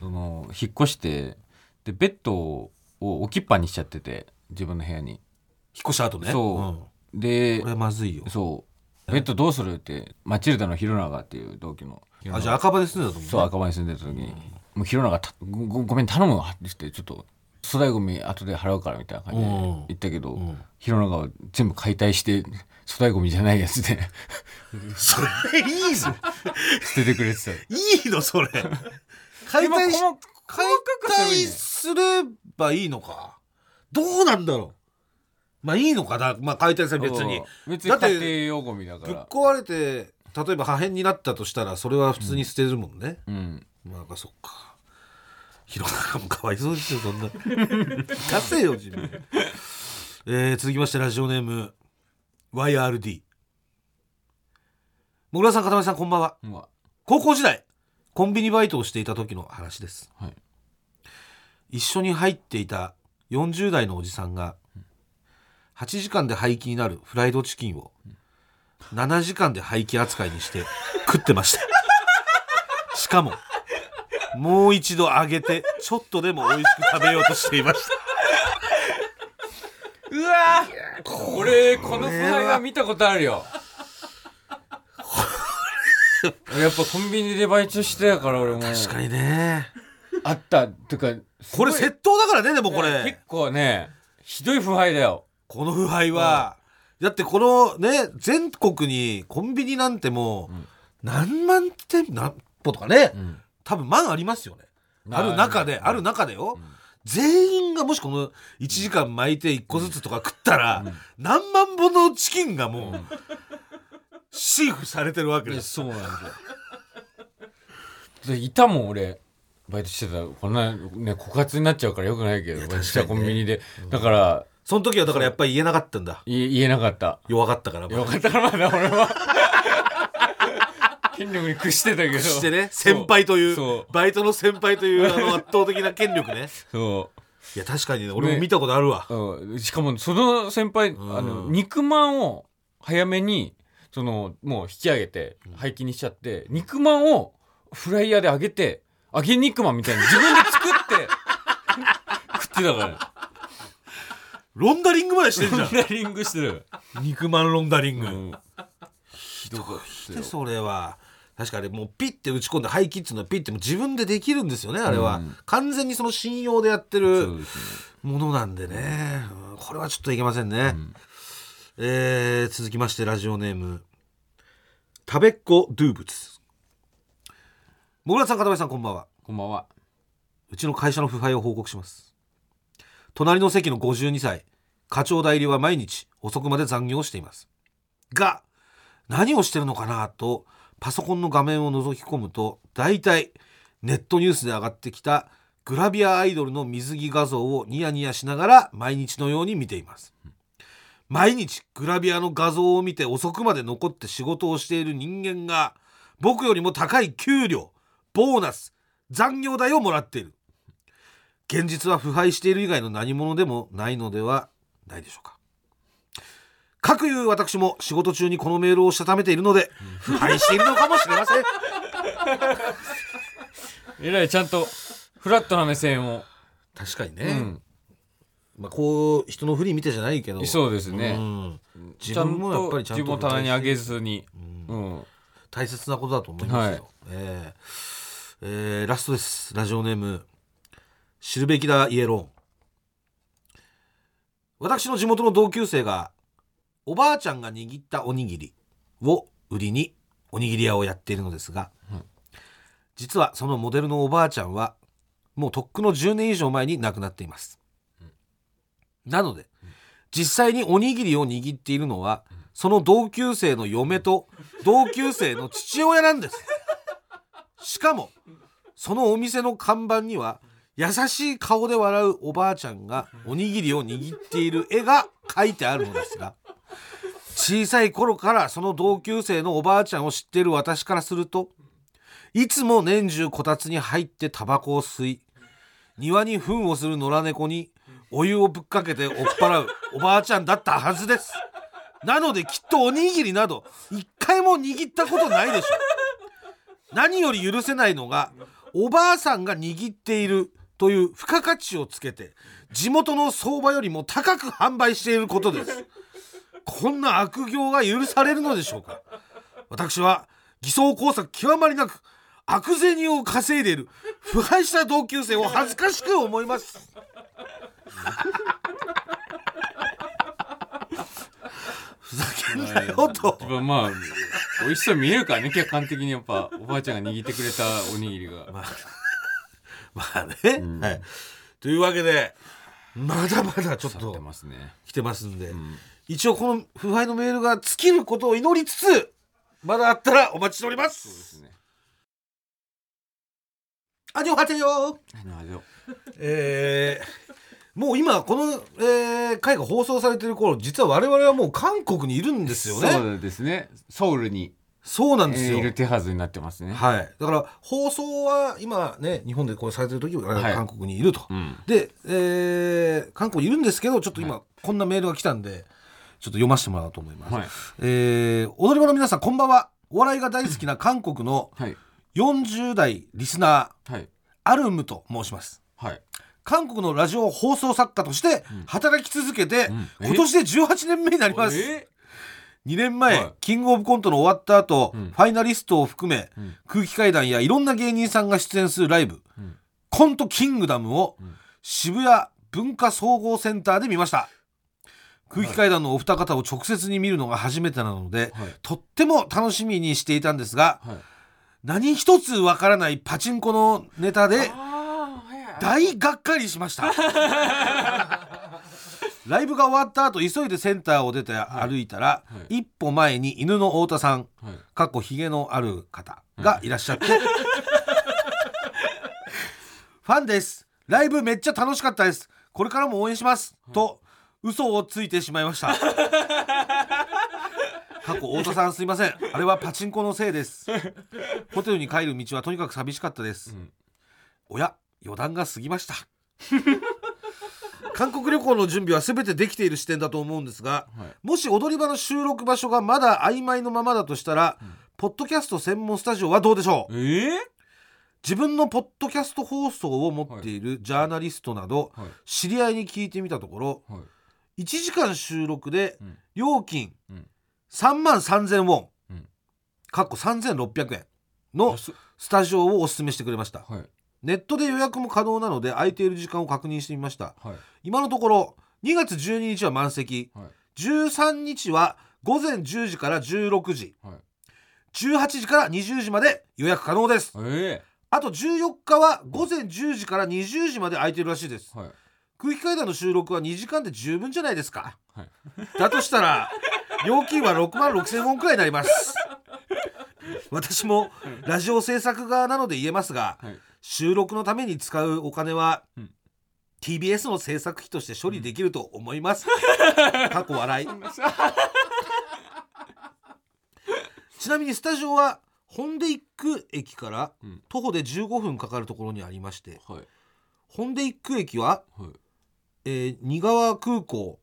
[SPEAKER 1] その引っ越してでベッドを置きっぱにしちゃってて自分の部屋に
[SPEAKER 2] 引っ越した後ね。
[SPEAKER 1] そ
[SPEAKER 2] うん
[SPEAKER 1] で
[SPEAKER 2] これまずいよ。
[SPEAKER 1] そうベッドどうするってマチルダの広永っていう同期の
[SPEAKER 2] あじゃあ赤羽で住んでたと思う、ね。
[SPEAKER 1] そう赤羽に住んでた時に「もう広永たごごごめん頼むわ」って言ってちょっと粗大ごみ後で払うからみたいな感じで
[SPEAKER 2] うん
[SPEAKER 1] 言ったけど、
[SPEAKER 2] ん
[SPEAKER 1] 広永は全部解体して粗大ごみじゃないやつで
[SPEAKER 2] それいいぞ。
[SPEAKER 1] 捨ててくれてた。
[SPEAKER 2] いいのそれ。
[SPEAKER 1] で
[SPEAKER 2] 解体し
[SPEAKER 1] もこの
[SPEAKER 2] 解
[SPEAKER 1] くする
[SPEAKER 2] 体
[SPEAKER 1] に
[SPEAKER 2] すればいいのか。どうなんだろう。まあいいのかな。まあ解体さ別に
[SPEAKER 1] そう別に
[SPEAKER 2] だって
[SPEAKER 1] 家庭用ゴミだか
[SPEAKER 2] ぶっ
[SPEAKER 1] ら
[SPEAKER 2] 壊れて例えば破片になったとしたらそれは普通に捨てるもんね。
[SPEAKER 1] うん
[SPEAKER 2] まあそっか。広中もかわいそうですよそんな。 出せよ自分。えー続きましてラジオネーム YRD。もぐらさん片目さんこんばんは。
[SPEAKER 1] うわ
[SPEAKER 2] 高校時代コンビニバイトをしていた時の話です、
[SPEAKER 1] はい
[SPEAKER 2] 一緒に入っていた40代のおじさんが8時間で廃棄になるフライドチキンを7時間で廃棄扱いにして食ってまし たしかももう一度揚げてちょっとでも美味しく食べようとしていました
[SPEAKER 1] うわこれこの腐敗は見たことあるよやっぱコンビニでバイトしてやから俺も
[SPEAKER 2] 確かにね
[SPEAKER 1] あったってか
[SPEAKER 2] これ窃盗だからねでもこれ、
[SPEAKER 1] 結構ねひどい腐敗だよ
[SPEAKER 2] この腐敗は、だってこのね全国にコンビニなんてもう何万店何歩とかね、
[SPEAKER 1] ん
[SPEAKER 2] 多分万ありますよねある中である中でよ、全員がもしこの1時間巻いて1個ずつとか食ったら、何万本のチキンがもう、飼育されてるわけです
[SPEAKER 1] そうなんですよでいたもん俺バイトしてたこんな、ね、枯渇になっちゃうからよくないけどバイトしてたコンビニで、だから
[SPEAKER 2] その時はだからやっぱり言えなかったんだ
[SPEAKER 1] い言えなかった
[SPEAKER 2] 弱かったから
[SPEAKER 1] よかったからまだ俺 は権力に屈してたけど
[SPEAKER 2] そしてね先輩とい
[SPEAKER 1] そう
[SPEAKER 2] うバイトの先輩というあの圧倒的な権力ね
[SPEAKER 1] そ
[SPEAKER 2] いや確かにね俺も見たことあるわ、
[SPEAKER 1] う、うん、しかもその先輩、
[SPEAKER 2] ん
[SPEAKER 1] あの肉まんを早めにそのもう引き上げて廃棄にしちゃって、肉まんをフライヤーで揚げて揚げ肉まんみたいに自分で作 って食ってたから
[SPEAKER 2] ロンダリングまでしてんじゃ
[SPEAKER 1] フライリングしてる、
[SPEAKER 2] ん 肉まんロンダリ
[SPEAKER 1] う
[SPEAKER 2] ング、
[SPEAKER 1] ん、ひどかった
[SPEAKER 2] でそれは確かにもうピッて打ち込んで廃棄っていうのはピッてもう自分でできるんですよねあれは、
[SPEAKER 1] うん
[SPEAKER 2] 完全にその信用でやって
[SPEAKER 1] そう
[SPEAKER 2] る
[SPEAKER 1] です
[SPEAKER 2] ものなんでね、うんこれはちょっといけませんね、
[SPEAKER 1] ん
[SPEAKER 2] えー続きましてラジオネーム食べっ子ドゥーブツもぐらさん片目さんこんばんは
[SPEAKER 1] こんばんは
[SPEAKER 2] うちの会社の腐敗を報告します隣の席の52歳課長代理は毎日遅くまで残業をしていますが何をしてるのかなとパソコンの画面を覗き込むと大体ネットニュースで上がってきたグラビアアイドルの水着画像をニヤニヤしながら毎日のように見ています毎日グラビアの画像を見て遅くまで残って仕事をしている人間が僕よりも高い給料ボーナス残業代をもらっている現実は腐敗している以外の何者でもないのではないでしょうかかくいう私も仕事中にこのメールをしたためているので腐敗しているのかもしれ ません
[SPEAKER 1] えらいちゃんとフラットな目線を、
[SPEAKER 2] 確かに
[SPEAKER 1] う
[SPEAKER 2] ね、
[SPEAKER 1] ん、
[SPEAKER 2] まあ、こう人の振り見てじゃないけど
[SPEAKER 1] そうですね
[SPEAKER 2] ん自
[SPEAKER 1] ちゃ
[SPEAKER 2] 分
[SPEAKER 1] ん
[SPEAKER 2] もやっぱ
[SPEAKER 1] と
[SPEAKER 2] りちゃん
[SPEAKER 1] 自
[SPEAKER 2] と
[SPEAKER 1] 分を棚に上げずに、うん
[SPEAKER 2] 大切なことだと思いますよ、
[SPEAKER 1] はい
[SPEAKER 2] えーえーラストですラジオネーム知るべきだイエローン私の地元の同級生がおばあちゃんが握ったおにぎりを売りにおにぎり屋をやっているのですが、実はそのモデルのおばあちゃんはもうとっくの10年以上前に亡くなっています、なので実際におにぎりを握っているのはその同級生の嫁と同級生の父親なんですしかもそのお店の看板には優しい顔で笑うおばあちゃんがおにぎりを握っている絵が描いてあるのですが小さい頃からその同級生のおばあちゃんを知っている私からするといつも年中こたつに入ってタバコを吸い庭に糞をする野良猫にお湯をぶっかけて追っ払うおばあちゃんだったはずですなのできっとおにぎりなど一回も握ったことないでしょう何より許せないのがおばあさんが握っているという付加価値をつけて地元の相場よりも高く販売していることですこんな悪行が許されるのでしょうか私は偽装工作極まりなく悪銭を稼いでいる腐敗した同級生を恥ずかしく思いますふざけんなよと
[SPEAKER 1] やっぱまあ美味しそうに見えるからね客観的にやっぱおばあちゃんが握ってくれたおにぎりが
[SPEAKER 2] まあね、はいというわけでまだまだちょ
[SPEAKER 1] 腐
[SPEAKER 2] っ
[SPEAKER 1] って
[SPEAKER 2] と
[SPEAKER 1] ますね
[SPEAKER 2] 来てますんで、一応この腐敗のメールが尽きることを祈りつつまだあったらお待ちしておりま
[SPEAKER 1] そうですすね
[SPEAKER 2] アニョハテよ
[SPEAKER 1] あの味を
[SPEAKER 2] えーもう今この、えー回が放送されてる頃実は我々はもう韓国にいるんですよねそう
[SPEAKER 1] そうですねソウルに
[SPEAKER 2] なん
[SPEAKER 1] え
[SPEAKER 2] です
[SPEAKER 1] ー
[SPEAKER 2] よ、
[SPEAKER 1] いる手はずになってますね
[SPEAKER 2] はい、だから放送は今ね日本でこうされてる時は
[SPEAKER 1] はい
[SPEAKER 2] 韓国にいると、
[SPEAKER 1] うん
[SPEAKER 2] で、えー韓国にいるんですけどちょっと今こんなメールが来たんでちょっと読ませてもらおうと思います、
[SPEAKER 1] はい
[SPEAKER 2] えー踊り場の皆さんこんばんはお笑いが大好きな韓国の
[SPEAKER 1] はい
[SPEAKER 2] 40代リスナー
[SPEAKER 1] はい
[SPEAKER 2] アルムと申します
[SPEAKER 1] はい
[SPEAKER 2] 韓国のラジオ放送作家として働き続けて、
[SPEAKER 1] うんえ
[SPEAKER 2] 今年で18年目になります、
[SPEAKER 1] え
[SPEAKER 2] 2年前、
[SPEAKER 1] はい
[SPEAKER 2] キングオブコントの終わった後、
[SPEAKER 1] うん
[SPEAKER 2] ファイナリストを含め、
[SPEAKER 1] うん
[SPEAKER 2] 空気階段やいろんな芸人さんが出演するライブ、
[SPEAKER 1] うん
[SPEAKER 2] コントキングダムを
[SPEAKER 1] うん
[SPEAKER 2] 渋谷文化総合センターで見ました空気階段のお二方を直接に見るのが初めてなので、
[SPEAKER 1] はい
[SPEAKER 2] とっても楽しみにしていたんですが
[SPEAKER 1] はい
[SPEAKER 2] 何一つわからないパチンコのネタで
[SPEAKER 1] ああはいはい
[SPEAKER 2] 大がっかりしました ライブが終わった後急いでセンターを出て歩いたら、一歩前に犬の太田さん、
[SPEAKER 1] はい
[SPEAKER 2] かっこひげのある方がいらっしゃって、ファンですライブめっちゃ楽しかったですこれからも応援します、と嘘をついてしまいました過去太田さんすいませんあれはパチンコのせいですホテルに帰る道はとにかく寂しかったです、
[SPEAKER 1] ん
[SPEAKER 2] おや余談が過ぎました韓国旅行の準備は全てできている視点だと思うんですが、
[SPEAKER 1] は
[SPEAKER 2] もし踊り場の収録場所がまだ曖昧のままだとしたら、ポッドキャスト専門スタジオはどうでしょう
[SPEAKER 1] ええ
[SPEAKER 2] 自分のポッドキャスト放送を持っているジャーナリストなど、
[SPEAKER 1] はい
[SPEAKER 2] 知り合いに聞いてみたところ
[SPEAKER 1] はい
[SPEAKER 2] 1時間収録で
[SPEAKER 1] うん
[SPEAKER 2] 料金
[SPEAKER 1] うん
[SPEAKER 2] 3万3000ウォン、
[SPEAKER 1] うん
[SPEAKER 2] かっこ3600円の
[SPEAKER 1] 安っ
[SPEAKER 2] スタジオをお勧めしてくれました
[SPEAKER 1] はい
[SPEAKER 2] ネットで予約も可能なので空いている時間を確認してみました
[SPEAKER 1] はい
[SPEAKER 2] 今のところ2月12日は満席
[SPEAKER 1] はい
[SPEAKER 2] 13日は午前10時から16時
[SPEAKER 1] はい
[SPEAKER 2] 18時から20時まで予約可能です
[SPEAKER 1] え
[SPEAKER 2] あと14日は午前10時から20時まで空いてるらしいです
[SPEAKER 1] えはい
[SPEAKER 2] 空気階段の収録は2時間で十分じゃないですか
[SPEAKER 1] はい
[SPEAKER 2] だとしたら料金は6万6千ウォンくらいになります私もラジオ制作側なので言えますが
[SPEAKER 1] はい
[SPEAKER 2] 収録のために使うお金は
[SPEAKER 1] うん
[SPEAKER 2] TBS の制作費として処理できると思い ます、過去笑いちなみにスタジオはホンデイック駅から
[SPEAKER 1] うん
[SPEAKER 2] 徒歩で15分かかるところにありまして
[SPEAKER 1] はい
[SPEAKER 2] ホンデイック駅は、
[SPEAKER 1] はい
[SPEAKER 2] えー、仁川空港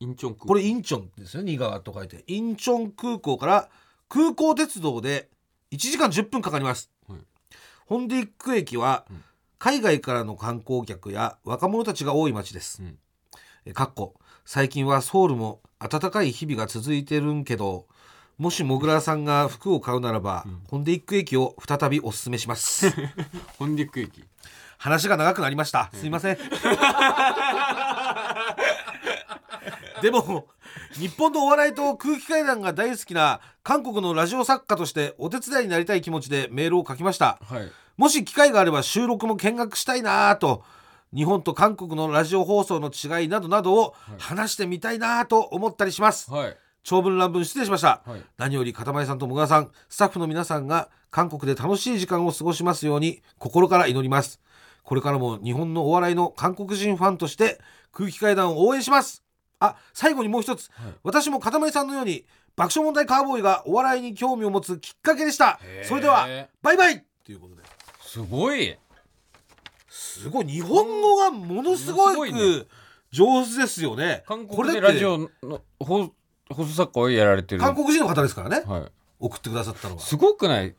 [SPEAKER 1] インチョンク
[SPEAKER 2] これインチョンですよね仁川と書いてインチョン空港から空港鉄道で1時間10分かかります、
[SPEAKER 1] はい
[SPEAKER 2] ホンデイック駅は、
[SPEAKER 1] うん
[SPEAKER 2] 海外からの観光客や若者たちが多い街です、
[SPEAKER 1] うん
[SPEAKER 2] えーかっこ最近はソウルも暖かい日々が続いてるんけどもしもぐらさんが服を買うならば、ホンデイック駅を再びおすすめします
[SPEAKER 1] ホンディック駅
[SPEAKER 2] 話が長くなりましたすいません でも日本のお笑いと空気階段が大好きな韓国のラジオ作家としてお手伝いになりたい気持ちでメールを書きました
[SPEAKER 1] はい
[SPEAKER 2] もし機会があれば収録も見学したいなぁと日本と韓国のラジオ放送の違いなどなどを話してみたいなぁと思ったりします
[SPEAKER 1] はい
[SPEAKER 2] 長文乱文失礼しました
[SPEAKER 1] はい
[SPEAKER 2] 何より片前さんともぐらさんスタッフの皆さんが韓国で楽しい時間を過ごしますように心から祈りますこれからも日本のお笑いの韓国人ファンとして空気階段を応援しますあ最後にもう一つ、
[SPEAKER 1] はい
[SPEAKER 2] 私も片前さんのように爆笑問題カーボーイがお笑いに興味を持つきっかけでしたそれでは
[SPEAKER 1] へ
[SPEAKER 2] バイバイということです
[SPEAKER 1] ごい
[SPEAKER 2] すごい日本語がものすご
[SPEAKER 1] すごい
[SPEAKER 2] く
[SPEAKER 1] ね
[SPEAKER 2] 上手ですよね
[SPEAKER 1] 韓
[SPEAKER 2] こ
[SPEAKER 1] 国で
[SPEAKER 2] れだって
[SPEAKER 1] ラジオの放放送作家をやられてる
[SPEAKER 2] 韓国人の方ですからね
[SPEAKER 1] はい
[SPEAKER 2] 送ってくださったのは
[SPEAKER 1] すごくない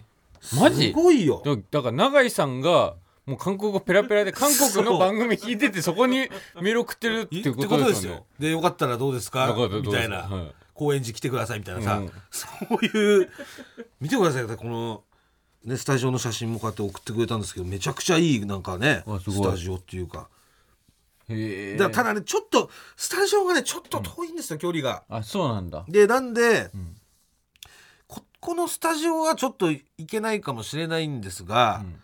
[SPEAKER 1] マジ
[SPEAKER 2] すごいよ
[SPEAKER 1] だだから永井さんがもう韓国語ペラペ ラで韓国の番組聞いててそこにメール送ってるって
[SPEAKER 2] いっ
[SPEAKER 1] い
[SPEAKER 2] て
[SPEAKER 1] う
[SPEAKER 2] こ
[SPEAKER 1] こと
[SPEAKER 2] と
[SPEAKER 1] で
[SPEAKER 2] ですす
[SPEAKER 1] よね
[SPEAKER 2] よ。でよかったらどうですか
[SPEAKER 1] よかったらどうです
[SPEAKER 2] み
[SPEAKER 1] か
[SPEAKER 2] たいな、
[SPEAKER 1] はい
[SPEAKER 2] 高円寺来てくださいみたいなさ、
[SPEAKER 1] うん
[SPEAKER 2] そういう見てくださいこの、ね、スタジオの写真もこうやって送ってくれたんですけどめちゃくちゃいいなんかね
[SPEAKER 1] あす
[SPEAKER 2] ス
[SPEAKER 1] ごい
[SPEAKER 2] タジオっていうか
[SPEAKER 1] へえ
[SPEAKER 2] だからただねちょっとスタジオがねちょっと遠いんですよ、距離が。
[SPEAKER 1] あそうなんだ
[SPEAKER 2] でなんで、
[SPEAKER 1] ん
[SPEAKER 2] ここのスタジオはちょっといけないかもしれないんですが、
[SPEAKER 1] うん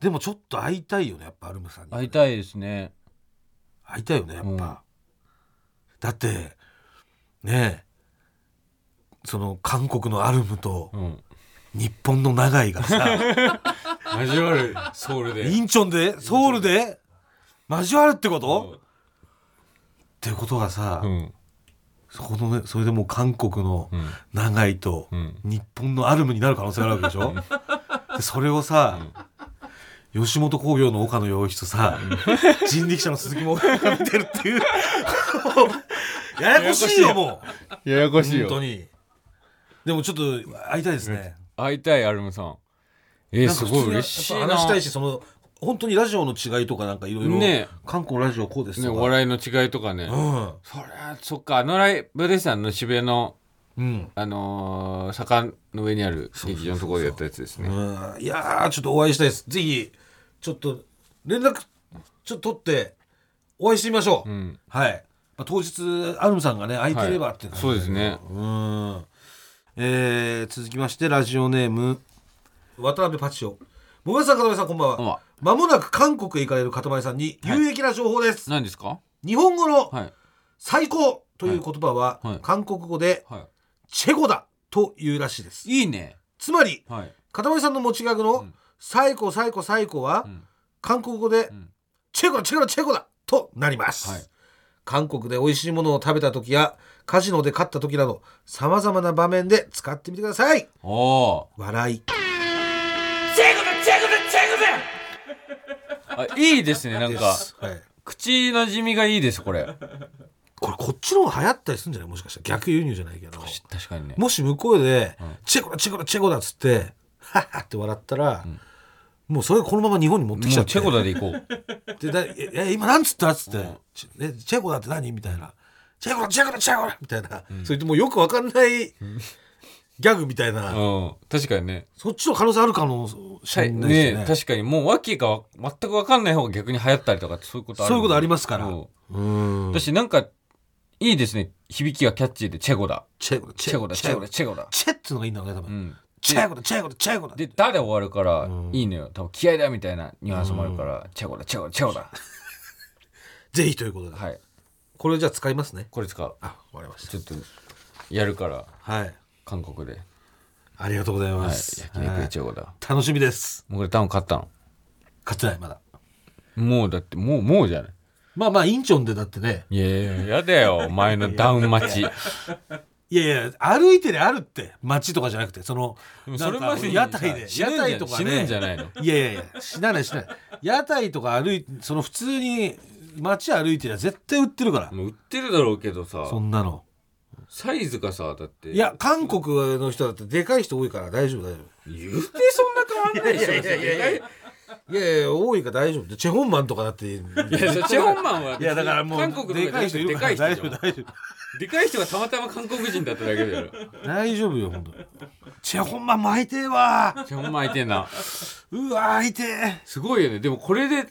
[SPEAKER 2] でもちょっと会いたいよねやっぱアルムさんにはね、
[SPEAKER 1] 会いたいですね
[SPEAKER 2] 会いたいよねやっぱ、
[SPEAKER 1] うん
[SPEAKER 2] だってねえその韓国のアルムと
[SPEAKER 1] うん
[SPEAKER 2] 日本の永井がさ
[SPEAKER 1] 交わるソウルで
[SPEAKER 2] インチョンでソウルで交わるってこと、っ
[SPEAKER 1] う
[SPEAKER 2] てことがさ、
[SPEAKER 1] ん
[SPEAKER 2] そこのねそれでもう韓国の
[SPEAKER 1] うん
[SPEAKER 2] 永井と
[SPEAKER 1] うん
[SPEAKER 2] 日本のアルムになる可能性があるわけでしょでそれをさ、吉本興業の岡野陽一とさ、人力車の鈴木もが見てるっていうややこしいよもう
[SPEAKER 1] ややこしい
[SPEAKER 2] 本当
[SPEAKER 1] よ
[SPEAKER 2] にでもちょっと会いたいですね
[SPEAKER 1] 会いたいアルムさんえー、
[SPEAKER 2] なん
[SPEAKER 1] す
[SPEAKER 2] か
[SPEAKER 1] ごい
[SPEAKER 2] 普通にやっぱ
[SPEAKER 1] 嬉しいな
[SPEAKER 2] 話したいしその本当にラジオの違いとかなんかいろいろ
[SPEAKER 1] ね
[SPEAKER 2] 韓国ラジオこうです
[SPEAKER 1] ね
[SPEAKER 2] と
[SPEAKER 1] お
[SPEAKER 2] か
[SPEAKER 1] 笑いの違いとかねそりゃそっかあのライブでしたあの渋谷の
[SPEAKER 2] うんうん
[SPEAKER 1] あのー坂の上にある劇場のところでやったやつですね
[SPEAKER 2] うんいやーちょっとお会いしたいですぜひちょっと連絡ちょっと取ってお会いしてみましょう、
[SPEAKER 1] うん
[SPEAKER 2] はい、まあ、当日アルムさんがね空いてればって感じだけど、
[SPEAKER 1] はいそうですね
[SPEAKER 2] うんえー続きましてラジオネーム渡辺パチオもぐらさん片目さんこんばんは
[SPEAKER 1] こんばんは
[SPEAKER 2] まもなく韓国へ行かれるかたまりさんに有益な情報です、
[SPEAKER 1] 何ですか
[SPEAKER 2] 日本語の
[SPEAKER 1] はい
[SPEAKER 2] 「最高」という言葉
[SPEAKER 1] は
[SPEAKER 2] は
[SPEAKER 1] いはい
[SPEAKER 2] 韓国語で
[SPEAKER 1] は
[SPEAKER 2] 「チェゴだ」というらしいです
[SPEAKER 1] いいいね
[SPEAKER 2] つまり
[SPEAKER 1] はい
[SPEAKER 2] かたまりさんの持ちギャグ
[SPEAKER 1] う
[SPEAKER 2] の
[SPEAKER 1] ん
[SPEAKER 2] 「最高最高最高」は
[SPEAKER 1] うん
[SPEAKER 2] 韓国語で
[SPEAKER 1] うん
[SPEAKER 2] 「チェゴだチェゴだチェゴだ」となります、
[SPEAKER 1] はい
[SPEAKER 2] 韓国で美味しいものを食べた時やカジノで勝った時などさまざまな場面で使ってみてください
[SPEAKER 1] おお
[SPEAKER 2] 笑い
[SPEAKER 1] ーあいいですねなん
[SPEAKER 2] で
[SPEAKER 1] か
[SPEAKER 2] す、はい、
[SPEAKER 1] 口なじみがいいですこれ
[SPEAKER 2] これこっちの方が流行ったりするんじゃないもしかしたら逆輸入じゃないけど
[SPEAKER 1] 確かにね
[SPEAKER 2] もし向こうで
[SPEAKER 1] ん
[SPEAKER 2] 「チェコだチェコだチェコだ」っつって「ハッハッ」って笑ったら、
[SPEAKER 1] ん
[SPEAKER 2] もうそれこのまま日本に持ってきち
[SPEAKER 1] も
[SPEAKER 2] ゃ
[SPEAKER 1] う
[SPEAKER 2] って
[SPEAKER 1] チェコだで行こう
[SPEAKER 2] でだええ今なんつった?」っつって、チェえ「チェコだって何?」みたいな「チェコだチェコだチェコだ」みたいな、それってもうよくわかんないギャグみたいな、
[SPEAKER 1] うん確かにね
[SPEAKER 2] そっちの可能性あるかもしれないですね
[SPEAKER 1] ね確かにもう訳が全く分かんない方が逆に流行ったりとかってそういうことある
[SPEAKER 2] そういうことあり
[SPEAKER 1] ま
[SPEAKER 2] ますから
[SPEAKER 1] うん
[SPEAKER 2] うん
[SPEAKER 1] 私なんかいいですね響きがキャッチーでチェゴだ
[SPEAKER 2] チェコだ
[SPEAKER 1] チェゴだチェゴだ
[SPEAKER 2] チェ
[SPEAKER 1] チェゴだ
[SPEAKER 2] チェっていうのがいいんだろうね多
[SPEAKER 1] う
[SPEAKER 2] 分、
[SPEAKER 1] ん
[SPEAKER 2] チェコだチェコだチェコだ
[SPEAKER 1] で「だ」で終わるから
[SPEAKER 2] うん
[SPEAKER 1] いいのよ多分気合だみたいなニュアンスもあるからチェゴだチェゴだチェゴだ
[SPEAKER 2] ぜひということで、
[SPEAKER 1] はい
[SPEAKER 2] これじゃあ使いますね
[SPEAKER 1] これ使う
[SPEAKER 2] あわかりまし
[SPEAKER 1] ちょっとやるから
[SPEAKER 2] たはい
[SPEAKER 1] 韓国で
[SPEAKER 2] ありがとうござい
[SPEAKER 1] はい
[SPEAKER 2] ます、
[SPEAKER 1] 焼肉
[SPEAKER 2] は
[SPEAKER 1] で
[SPEAKER 2] い
[SPEAKER 1] チェゴだ
[SPEAKER 2] 楽しみです
[SPEAKER 1] もうこれ多分買ったの
[SPEAKER 2] 勝てないまだ
[SPEAKER 1] もうだってもうもうじゃない
[SPEAKER 2] まあまあインチョンでだってね
[SPEAKER 1] いやいややだよお前のダウン待ち
[SPEAKER 2] いやいや歩いてであるって街とかじゃなくてその
[SPEAKER 1] でもそれまでに
[SPEAKER 2] なんか屋台で
[SPEAKER 1] 死
[SPEAKER 2] 屋
[SPEAKER 1] ぬんじゃ
[SPEAKER 2] 台とかね
[SPEAKER 1] 死ぬんじゃないの
[SPEAKER 2] いやいやいやしなないしない屋台とか歩いその普通に街歩いてりゃ絶対売ってるから
[SPEAKER 1] もう売ってるだろうけどさ
[SPEAKER 2] そんなの
[SPEAKER 1] サイズがさだって
[SPEAKER 2] いや韓国の人だってでかい人多いから大丈夫大丈
[SPEAKER 1] 言うてそんな変わんないでしょ
[SPEAKER 2] 夫いやいや多いから大丈夫チェホンマンとかだってい
[SPEAKER 1] いやそれチェホンマンは
[SPEAKER 2] やだからもう
[SPEAKER 1] 韓国の
[SPEAKER 2] でかい人いるから
[SPEAKER 1] でかい
[SPEAKER 2] 大
[SPEAKER 1] 人じ
[SPEAKER 2] 丈夫
[SPEAKER 1] ゃん
[SPEAKER 2] 大丈夫
[SPEAKER 1] でかい人がたまたま韓国人だっただけだよ
[SPEAKER 2] 大丈夫よ本当にチェホンマンも会いてえわ
[SPEAKER 1] チェホンマン相手な
[SPEAKER 2] うわ会いてえ
[SPEAKER 1] すごいよねでもこれで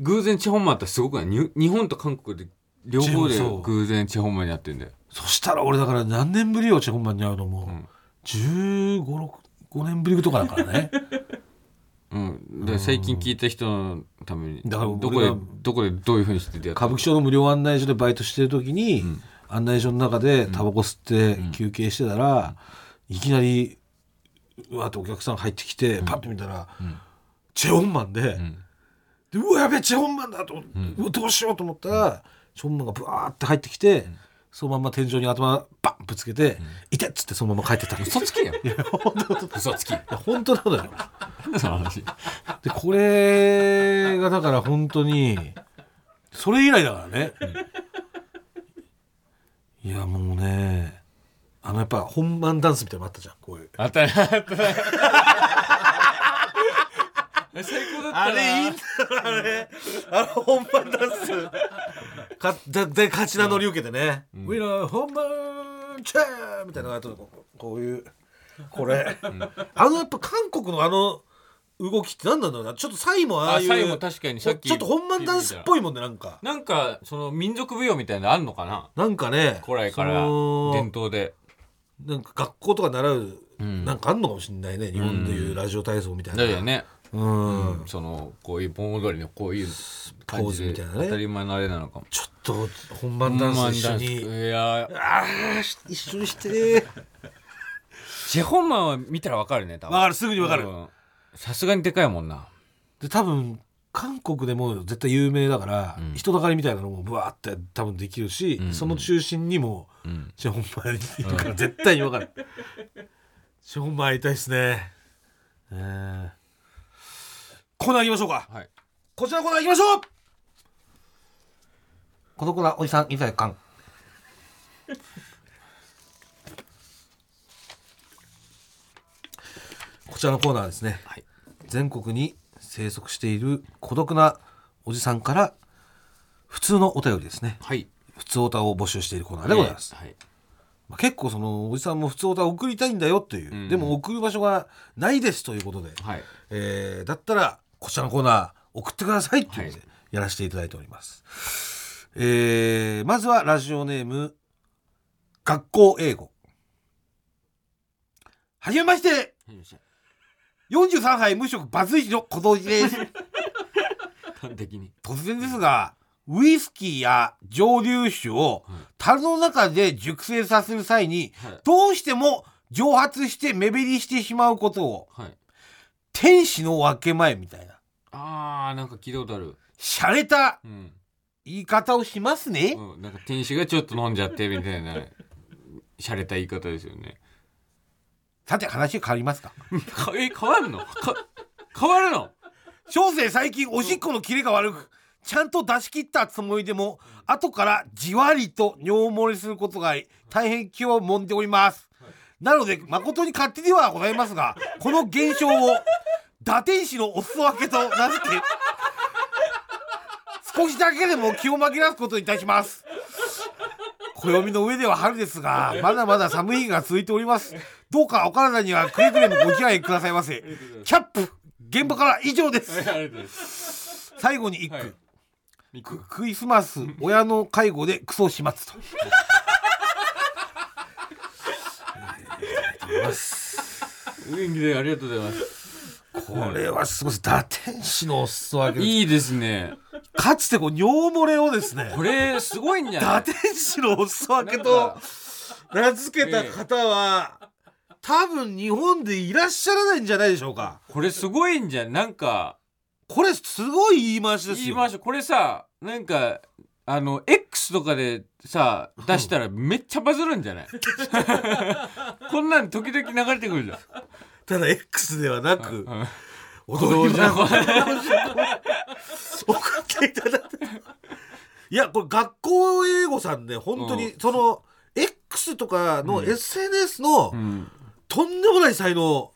[SPEAKER 1] 偶然チェホンマンあったらすごくないに日本と韓国で両方で
[SPEAKER 2] チェホンそう
[SPEAKER 1] 偶然チェホンマンになってんだよ
[SPEAKER 2] そしたら俺だから何年ぶりよチェホンマンに会うのも、
[SPEAKER 1] ん
[SPEAKER 2] 1 5 6 5年ぶりとかだからね
[SPEAKER 1] うん、で最近聞いた人のために
[SPEAKER 2] だから
[SPEAKER 1] ど
[SPEAKER 2] 俺
[SPEAKER 1] こで
[SPEAKER 2] が
[SPEAKER 1] どこでどういうふうにして出会った
[SPEAKER 2] 歌舞伎町の無料案内所でバイトしてる時に、案内所の中でタバコ吸って休憩してたら、いきなりうわーってお客さん入ってきて、パッと見たら、チェホンマンで,、うんでうわやべえチェホンマンだと、うわどうしようと思ったら、チェホンマンがブワーって入ってきて、そのまんま天井に頭バンぶつけて、いてっつってそのまま帰ってったの。
[SPEAKER 1] 嘘つきやん嘘つき
[SPEAKER 2] いや本当なのよ。
[SPEAKER 1] なんだその話
[SPEAKER 2] でこれがだから本当にそれ以来だからね、いやもうねあのやっぱ本番ダンスみたいな のあったじゃんこういう
[SPEAKER 1] あったねあったね最高だったな
[SPEAKER 2] だろあれあの本番ダンスかだで勝ち名乗り受けてね「ウィナー本番チェー!」みたいなのがあとこうこういうこれ、あのやっぱ韓国のあの動きって何なんだろうなちょっとサイもああ
[SPEAKER 1] あ
[SPEAKER 2] いう
[SPEAKER 1] サイも確かにさっき
[SPEAKER 2] ちょっと本番ダンスっぽいもんねなんか
[SPEAKER 1] なんかその民族舞踊みたいなのあんのかな
[SPEAKER 2] なんかね
[SPEAKER 1] 古来から
[SPEAKER 2] その
[SPEAKER 1] 伝統で
[SPEAKER 2] なんか学校とか習う、
[SPEAKER 1] ん
[SPEAKER 2] なんかあんのかもしれないね日本でいうラジオ体操みたいな、
[SPEAKER 1] だよね、
[SPEAKER 2] うん、
[SPEAKER 1] そのこういう盆踊りのこういう感じ
[SPEAKER 2] ポーズ
[SPEAKER 1] で
[SPEAKER 2] みたいなね
[SPEAKER 1] 当たり前のあれなのかも
[SPEAKER 2] ちょっと本番ダンス一緒
[SPEAKER 1] ホンマンダ
[SPEAKER 2] に
[SPEAKER 1] ンスいやー
[SPEAKER 2] ああし一緒にして
[SPEAKER 1] チェホンマンは見たらわかるね多分
[SPEAKER 2] わかるすぐにわかる、
[SPEAKER 1] うんさすがにでかいもんな
[SPEAKER 2] で多分韓国でも絶対有名だから、
[SPEAKER 1] うん
[SPEAKER 2] 人だかりみたいなのもブワーって多分できるし、
[SPEAKER 1] うんうん
[SPEAKER 2] その中心にも
[SPEAKER 1] うん
[SPEAKER 2] シェホンマンいるから絶対にわかる、シェホンマン会いたいですねえー、コーナー行きましょうか
[SPEAKER 1] はい
[SPEAKER 2] こちらのコーナー行きましょう孤独なおじさん一切かん。こちらのコーナーはですね、
[SPEAKER 1] はい
[SPEAKER 2] 全国に生息している孤独なおじさんから普通のお便りですね
[SPEAKER 1] はい
[SPEAKER 2] 普通おたを募集しているコーナーでございます、
[SPEAKER 1] はい
[SPEAKER 2] まあ、結構そのおじさんも普通おたを送りたいんだよという、
[SPEAKER 1] うん
[SPEAKER 2] でも送る場所がないですということで、
[SPEAKER 1] はい
[SPEAKER 2] えーだったらこちらのコーナー送ってくださいっていうの
[SPEAKER 1] は
[SPEAKER 2] でやらせていただいております、えーまずはラジオネーム学校英語はじめまして43歳無職バツイチの小僧じです
[SPEAKER 1] 間的に
[SPEAKER 2] 突然ですがウイスキーや蒸留酒を樽の中で熟成させる際に
[SPEAKER 1] はい
[SPEAKER 2] どうしても蒸発して目減りしてしまうことを
[SPEAKER 1] はい
[SPEAKER 2] 天使の分け前みたいな
[SPEAKER 1] あーなんか聞いたことある
[SPEAKER 2] 洒落た
[SPEAKER 1] うん、
[SPEAKER 2] 言い方をしますね、
[SPEAKER 1] うん、なんか天使がちょっと飲んじゃってみたいな洒落た言い方ですよね
[SPEAKER 2] さて話変わりますか
[SPEAKER 1] かえ変わるのか変わるの
[SPEAKER 2] 小生最近おしっこのキレが悪くちゃんと出し切ったつもりでも後からじわりと尿漏れすることがあり大変気をもんでおりますなので誠に勝手ではございますがこの現象を堕天使のお裾分けと名付け少しだけでも気を紛らわすことにいたします暦の上では春ですがまだまだ寒い日が続いておりますどうかお体にはくれぐれもご自愛くださいませキャップ現場から以上です
[SPEAKER 1] あれです
[SPEAKER 2] 最後に一句、
[SPEAKER 1] はいミク
[SPEAKER 2] ククリスマス親の介護でクソ始末と
[SPEAKER 1] 元気でありがとうございます
[SPEAKER 2] これはすごいです堕天使のお裾分け
[SPEAKER 1] いいですね
[SPEAKER 2] かつてこう尿漏れをですね
[SPEAKER 1] これすごいんじゃな
[SPEAKER 2] 堕
[SPEAKER 1] い
[SPEAKER 2] 天使のお裾分け
[SPEAKER 1] なん
[SPEAKER 2] と
[SPEAKER 1] か
[SPEAKER 2] 名付けた方は、多分日本でいらっしゃらないんじゃないでしょうか
[SPEAKER 1] これすごいんじゃんなんか
[SPEAKER 2] これすごい言い回しですよ
[SPEAKER 1] 言いましょうこれさなんかあの X とかでさ出したらめっちゃバズるんじゃない こんなん時々流れてくるじゃん
[SPEAKER 2] ただ X ではなく、
[SPEAKER 1] うん
[SPEAKER 2] 踊り場
[SPEAKER 1] 踊
[SPEAKER 2] 送っていただいたいやこれ学校英語さんね本当に
[SPEAKER 1] う
[SPEAKER 2] その X とかの SNS の
[SPEAKER 1] うん
[SPEAKER 2] とんでもない才能を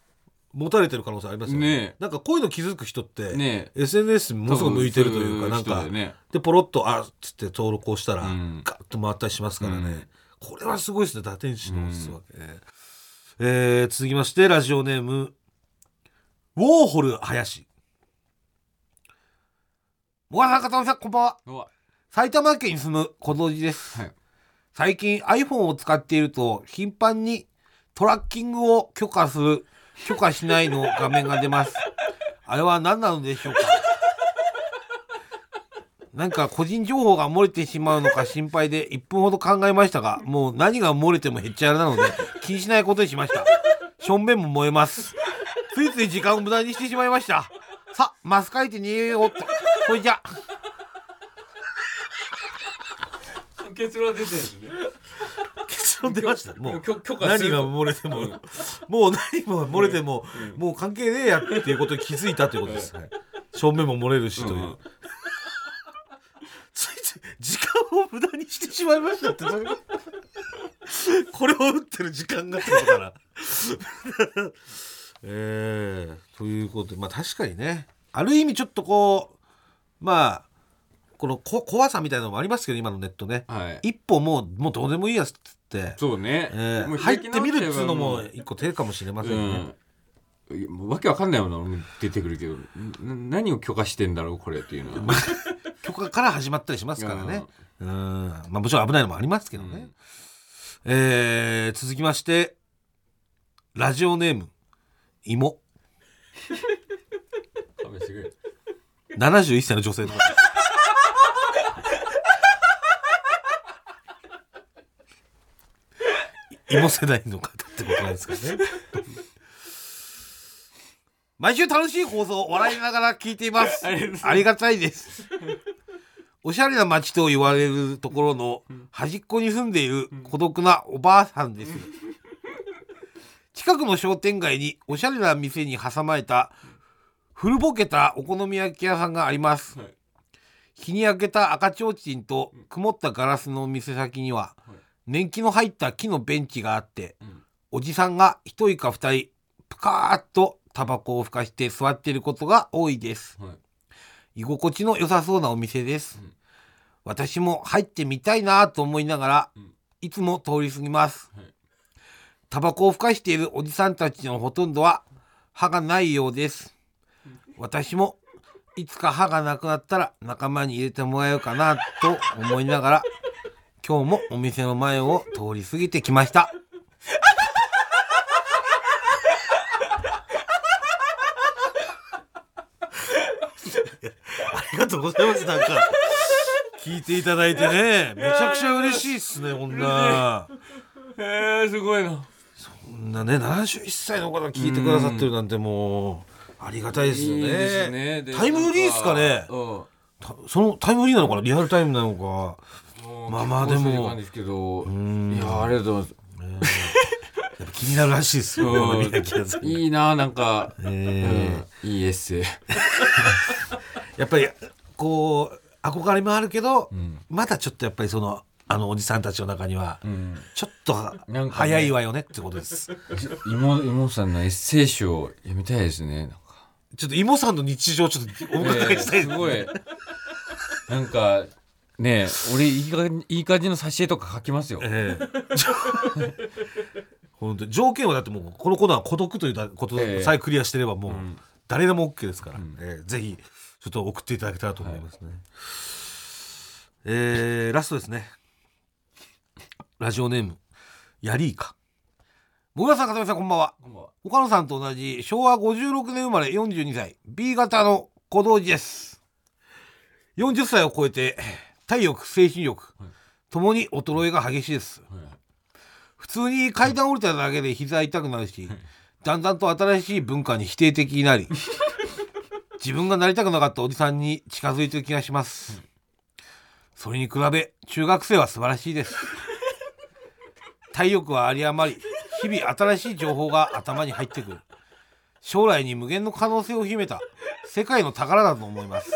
[SPEAKER 2] 持たれてる可能性ありますよね
[SPEAKER 1] ね
[SPEAKER 2] なんかこういうの気づく人って、
[SPEAKER 1] ね
[SPEAKER 2] SNS ものすごく向いてるというかな
[SPEAKER 1] 多
[SPEAKER 2] ん
[SPEAKER 1] 分そうう
[SPEAKER 2] か
[SPEAKER 1] 人だよね
[SPEAKER 2] でポロッと「あっ」つって登録をしたら、
[SPEAKER 1] うん
[SPEAKER 2] ガッと回ったりしますからね、これはすごいですね打天使のおすわけ、えー続きましてラジオネームウォーホル林もがさんかたまりさんこんばんは
[SPEAKER 1] うわ
[SPEAKER 2] 埼玉県に住む小僧寺です、
[SPEAKER 1] はい
[SPEAKER 2] 最近 iPhone を使っていると頻繁にトラッキングを許可す る許可しないの画面が出ますあれは何なのでしょうかなんか個人情報が漏れてしまうのか心配で1分ほど考えましたがもう何が漏れてもへっちゃらなので気にしないことにしましたしょんべんも燃えますついつい時間を無駄にしてしまいましたさマスカイて逃げようっとそれじゃ
[SPEAKER 1] 結論出てるんですね
[SPEAKER 2] 結論出ましたもう
[SPEAKER 1] 許許可する
[SPEAKER 2] 何が漏れても、もう何も漏れても、もう関係ねえやっていうことに気づいたということです。はい、正面も漏れるしという。
[SPEAKER 1] うん
[SPEAKER 2] ついつい時間を無駄にしてしまいましたって。どういうことこれを打ってる時間がってことから。 えー、ということで、まあ確かにね、ある意味ちょっとこう、まあ、このこ怖さみたいなのもありますけど、今のネットね。
[SPEAKER 1] はい
[SPEAKER 2] 一歩もう、もうどうでもいいやつってって。
[SPEAKER 1] そうね、
[SPEAKER 2] え
[SPEAKER 1] も
[SPEAKER 2] ー、
[SPEAKER 1] う
[SPEAKER 2] 入ってみるっつうのも
[SPEAKER 1] 開き直っちゃえ
[SPEAKER 2] 一個手かもしれま
[SPEAKER 1] ば
[SPEAKER 2] せんね、
[SPEAKER 1] うんいやもうわけわかんないような出てくるけどな何を許可してんだろうこれっていうの は
[SPEAKER 2] 許可から始まったりしますからねうんまあもちろん危ないのもありますけど
[SPEAKER 1] う
[SPEAKER 2] ね、
[SPEAKER 1] ん
[SPEAKER 2] えー続きましてラジオネーム芋
[SPEAKER 1] 勘弁してくれ
[SPEAKER 2] 71歳の女性 の方芋世代の方ってことなんですかね毎週楽しい放送を笑いながら聞いています
[SPEAKER 1] ありがとうございます
[SPEAKER 2] ありがたいですおしゃれな街と言われるところの端っこに住んでいる孤独なおばあさんです近くの商店街におしゃれな店に挟まれた古ぼけたお好み焼き屋さんがあります、
[SPEAKER 1] はい
[SPEAKER 2] 日に焼けた赤ちょうちんと曇ったガラスの店先には、
[SPEAKER 1] はい
[SPEAKER 2] 年季の入った木のベンチがあって、
[SPEAKER 1] うん
[SPEAKER 2] おじさんが一人か二人ぷかーっとタバコをふかして座っていることが多いです
[SPEAKER 1] はい
[SPEAKER 2] 居心地の良さそうなお店です、
[SPEAKER 1] うん
[SPEAKER 2] 私も入ってみたいなと思いながら、
[SPEAKER 1] うん
[SPEAKER 2] いつも通り過ぎます、
[SPEAKER 1] はい
[SPEAKER 2] タバコをふかしているおじさんたちのほとんどは歯がないようです私もいつか歯がなくなったら仲間に入れてもらえるかなと思いながら今日もお店の前を通り過ぎてきましたありががとうございますなんか聞いていただいてねめちゃくちゃ嬉しいっすねこんな
[SPEAKER 1] えー、すごいな。
[SPEAKER 2] こんなね71歳の方が聞いてくださってるなんてもうありがたいですよね
[SPEAKER 1] いいですねで
[SPEAKER 2] タイムフリーですかね
[SPEAKER 1] うん
[SPEAKER 2] たそのタイムフリーなのかなリアルタイムなのかまあまあでも
[SPEAKER 1] 結構そういう感じですけどいやありがとうござい
[SPEAKER 2] やっぱ気になるらしいですよ
[SPEAKER 1] うん
[SPEAKER 2] 宮城さん
[SPEAKER 1] ますいいななんか、
[SPEAKER 2] え
[SPEAKER 1] うんいいエッセイ
[SPEAKER 2] やっぱりこう憧れもあるけど、まだちょっとやっぱりそのあのおじさんたちの中には、ちょっとは
[SPEAKER 1] なんかね
[SPEAKER 2] 早いわよねってことです。
[SPEAKER 1] 妹妹さんのエッセイ集を読みたいですねなんか
[SPEAKER 2] ちょっと妹さんの日常をちょっとお伺いしたい、
[SPEAKER 1] すごいなんかねえ俺いい感じいい感じの挿絵とか書きますよ
[SPEAKER 2] え えちょ本当に条件はだってもうこのコーナーは孤独ということさえクリアしてればもう誰でも OK ですから、ええぜひちょっと送っていただけたらと思いますね、えーラストですねラジオネームヤリイカもぐらさんかためさんこんばんは岡野さんと同じ昭和56年生まれ42歳 B 型の小道寺です40歳を超えて体力精神力ともに衰えが激しいです普通に階段降りただけで膝痛くなるしだんだんと新しい文化に否定的になり自分がなりたくなかったおじさんに近づいてる気がしますそれに比べ中学生は素晴らしいです体力は有り余り日々新しい情報が頭に入ってくる将来に無限の可能性を秘めた世界の宝だと思います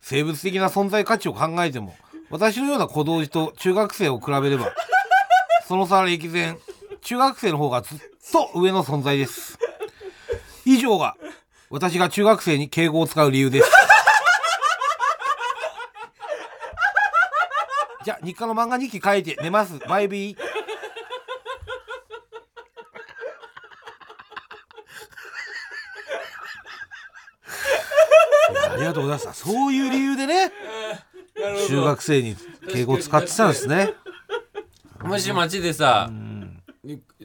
[SPEAKER 2] 生物的な存在価値を考えても私のような小童子と中学生を比べればその差は歴然中学生の方がずっと上の存在です以上が私が中学生に敬語を使う理由ですじゃあ日課の漫画日記書いて寝ますバイビーありがとうございますそういう理由でね中学生に敬語を使ってたんですね
[SPEAKER 1] もし街でさ、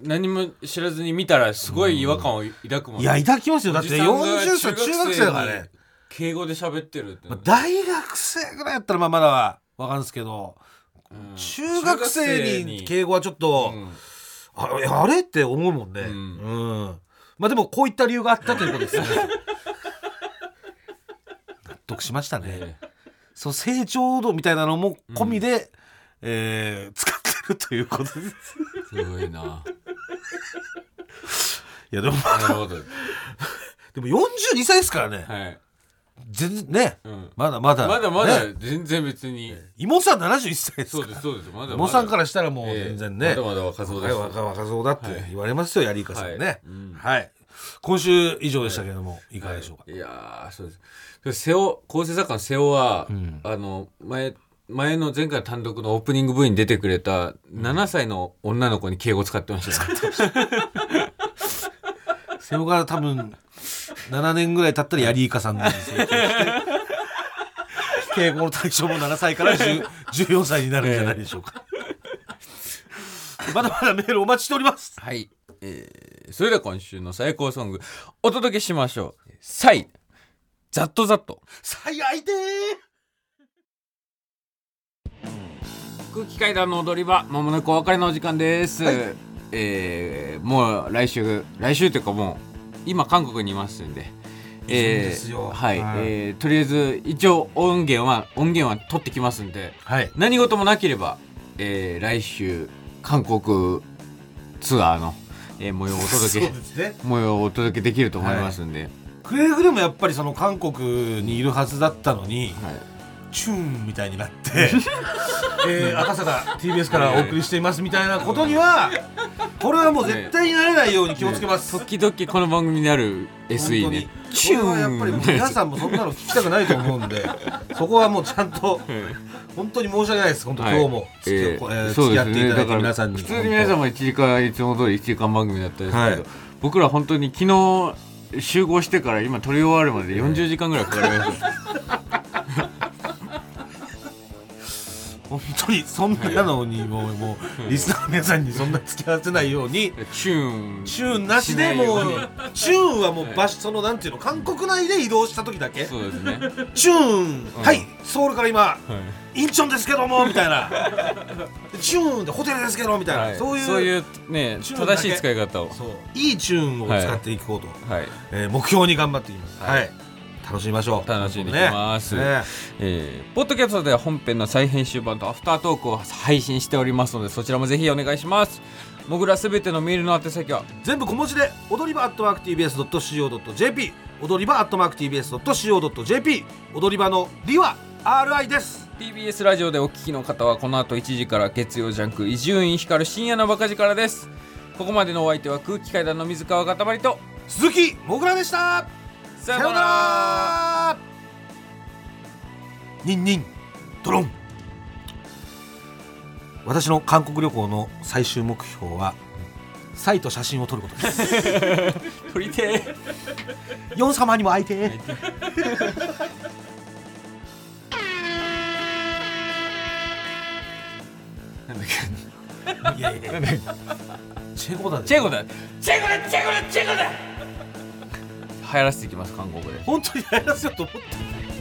[SPEAKER 1] 何も知らずに見たらすごい違和感を抱くもん
[SPEAKER 2] いや抱きますよだって40歳
[SPEAKER 1] おじさ
[SPEAKER 2] 中
[SPEAKER 1] んが
[SPEAKER 2] 学生だからね
[SPEAKER 1] 敬語で喋ってるって
[SPEAKER 2] まあ大学生ぐらいやったらまあまだは分かるんですけど、
[SPEAKER 1] ん
[SPEAKER 2] 中学生に敬語はちょっと、
[SPEAKER 1] うん
[SPEAKER 2] あれあれって思うもんね、うんんまあでもこういった理由があったということですね納得しましたね、
[SPEAKER 1] ええ
[SPEAKER 2] そう成長度みたいなのも込みで、えー使ってるということです
[SPEAKER 1] すごいな
[SPEAKER 2] いやでも
[SPEAKER 1] なるほど
[SPEAKER 2] でも42歳ですからね、
[SPEAKER 1] はい、
[SPEAKER 2] 全然ね
[SPEAKER 1] うん、
[SPEAKER 2] まだまだ
[SPEAKER 1] まだまだ
[SPEAKER 2] ね
[SPEAKER 1] 全然別に、
[SPEAKER 2] 妹さん71歳です
[SPEAKER 1] そ
[SPEAKER 2] か
[SPEAKER 1] うで
[SPEAKER 2] ら
[SPEAKER 1] すそうですまだまだ
[SPEAKER 2] 妹さんからしたらもう全然ね、
[SPEAKER 1] ええまだまだ若そうです
[SPEAKER 2] はい若若そうだって言われますよ、ヤリイカさんね。は
[SPEAKER 1] はいいうん、
[SPEAKER 2] 今週以上でしたけれども、い、かがでしょうか。
[SPEAKER 1] いやーそうですで瀬尾構成作家の瀬尾は、
[SPEAKER 2] ん
[SPEAKER 1] あの前前の前回の単独のオープニング V に出てくれた7歳の女の子に敬語使ってました、ね
[SPEAKER 2] 瀬尾が多分7年ぐらい経ったらヤリイカさんなんですよ。敬語の対象も7歳から10 14歳になるんじゃないでしょうか。まだまだメールお待ちしております。
[SPEAKER 1] はい、えー、それでは今週の最高ソングお届けしましょう「サイざっとざっと
[SPEAKER 2] 最愛でー」
[SPEAKER 1] 空気階段の踊り場まもなくお別れのお時間です、えーもう来週来週というかもう今韓国にいますんで
[SPEAKER 2] いいんですよ
[SPEAKER 1] はい、
[SPEAKER 2] はい
[SPEAKER 1] えーとりあえず一応音源は音源は取ってきますんで
[SPEAKER 2] はい。
[SPEAKER 1] 何事もなければ、えー来週韓国ツアーの、えー模様をお
[SPEAKER 2] そう
[SPEAKER 1] 届け
[SPEAKER 2] ですね。
[SPEAKER 1] 模様をお届けできると思いますんで、
[SPEAKER 2] くれぐれもやっぱりその韓国にいるはずだったのに。
[SPEAKER 1] はい
[SPEAKER 2] チューンみたいに なって、えー、赤坂 TBS からお送りしていますみたいなことにはこれはもう絶対になれないように気をつけます、
[SPEAKER 1] 時々この番組にある SE ね
[SPEAKER 2] 本当にこれはやっぱりもう皆さんもそんなの聞きたくないと思うん でそこはもうちゃんと本当に申し訳ないです本当今日も
[SPEAKER 1] え
[SPEAKER 2] 付き,、
[SPEAKER 1] ー
[SPEAKER 2] えー
[SPEAKER 1] そう
[SPEAKER 2] 付き
[SPEAKER 1] で
[SPEAKER 2] 合
[SPEAKER 1] す
[SPEAKER 2] って
[SPEAKER 1] ね
[SPEAKER 2] いただ
[SPEAKER 1] か
[SPEAKER 2] いて
[SPEAKER 1] ら
[SPEAKER 2] 皆さんに
[SPEAKER 1] 普通に皆
[SPEAKER 2] 本
[SPEAKER 1] 様1時間いつも通り1時間番組だったんですけど、
[SPEAKER 2] はい
[SPEAKER 1] 僕ら本当に昨日集合してから今撮り終わるまで40時間ぐらいかかりました、
[SPEAKER 2] 当本当にそんなのにもうもうリスナーの皆さんにそんな付き合わせないように
[SPEAKER 1] チューン
[SPEAKER 2] チューンなしでもう
[SPEAKER 1] しないよ
[SPEAKER 2] チューンはもう場所そのなんていうの韓国内で移動した時だけ
[SPEAKER 1] そうですね
[SPEAKER 2] チューン、はいソウルから今インチョンですけどもみたいなチューンでホテルですけどみたいな、
[SPEAKER 1] はい
[SPEAKER 2] そういう
[SPEAKER 1] そういうね
[SPEAKER 2] チューンだけ
[SPEAKER 1] 正しい使い方を
[SPEAKER 2] そういいチューンを使っていこうと、
[SPEAKER 1] はい
[SPEAKER 2] えー目標に頑張っていきます、は
[SPEAKER 1] はいい
[SPEAKER 2] 楽しみましょう
[SPEAKER 1] 楽しんでいきます
[SPEAKER 2] ねね
[SPEAKER 1] えーポッドキャストでは本編の再編集版とアフタートークを配信しておりますのでそちらもぜひお願いしますもぐらすべてのメールの宛先は
[SPEAKER 2] 全部小文字で踊り場アットマーク TBS.CO.JP 踊り場アットマーク TBS.CO.JP 踊り場の「り」は RI です
[SPEAKER 1] TBS ラジオでお聞きの方はこの後1時から月曜ジャンク伊集院光る深夜のバカ力ですここまでのお相手は空気階段の水川かたまりと
[SPEAKER 2] 鈴木もぐらでした
[SPEAKER 1] さ
[SPEAKER 2] さようならニンニンドロン私の韓国旅行の最終目標はサイと写真を撮ることです
[SPEAKER 1] 撮りてー
[SPEAKER 2] ヨン様にも会いてーいやいやチェコだ
[SPEAKER 1] チェコだチェコだチェコだチェコだ流行らせていきます韓国で
[SPEAKER 2] 本当にやらせようと思って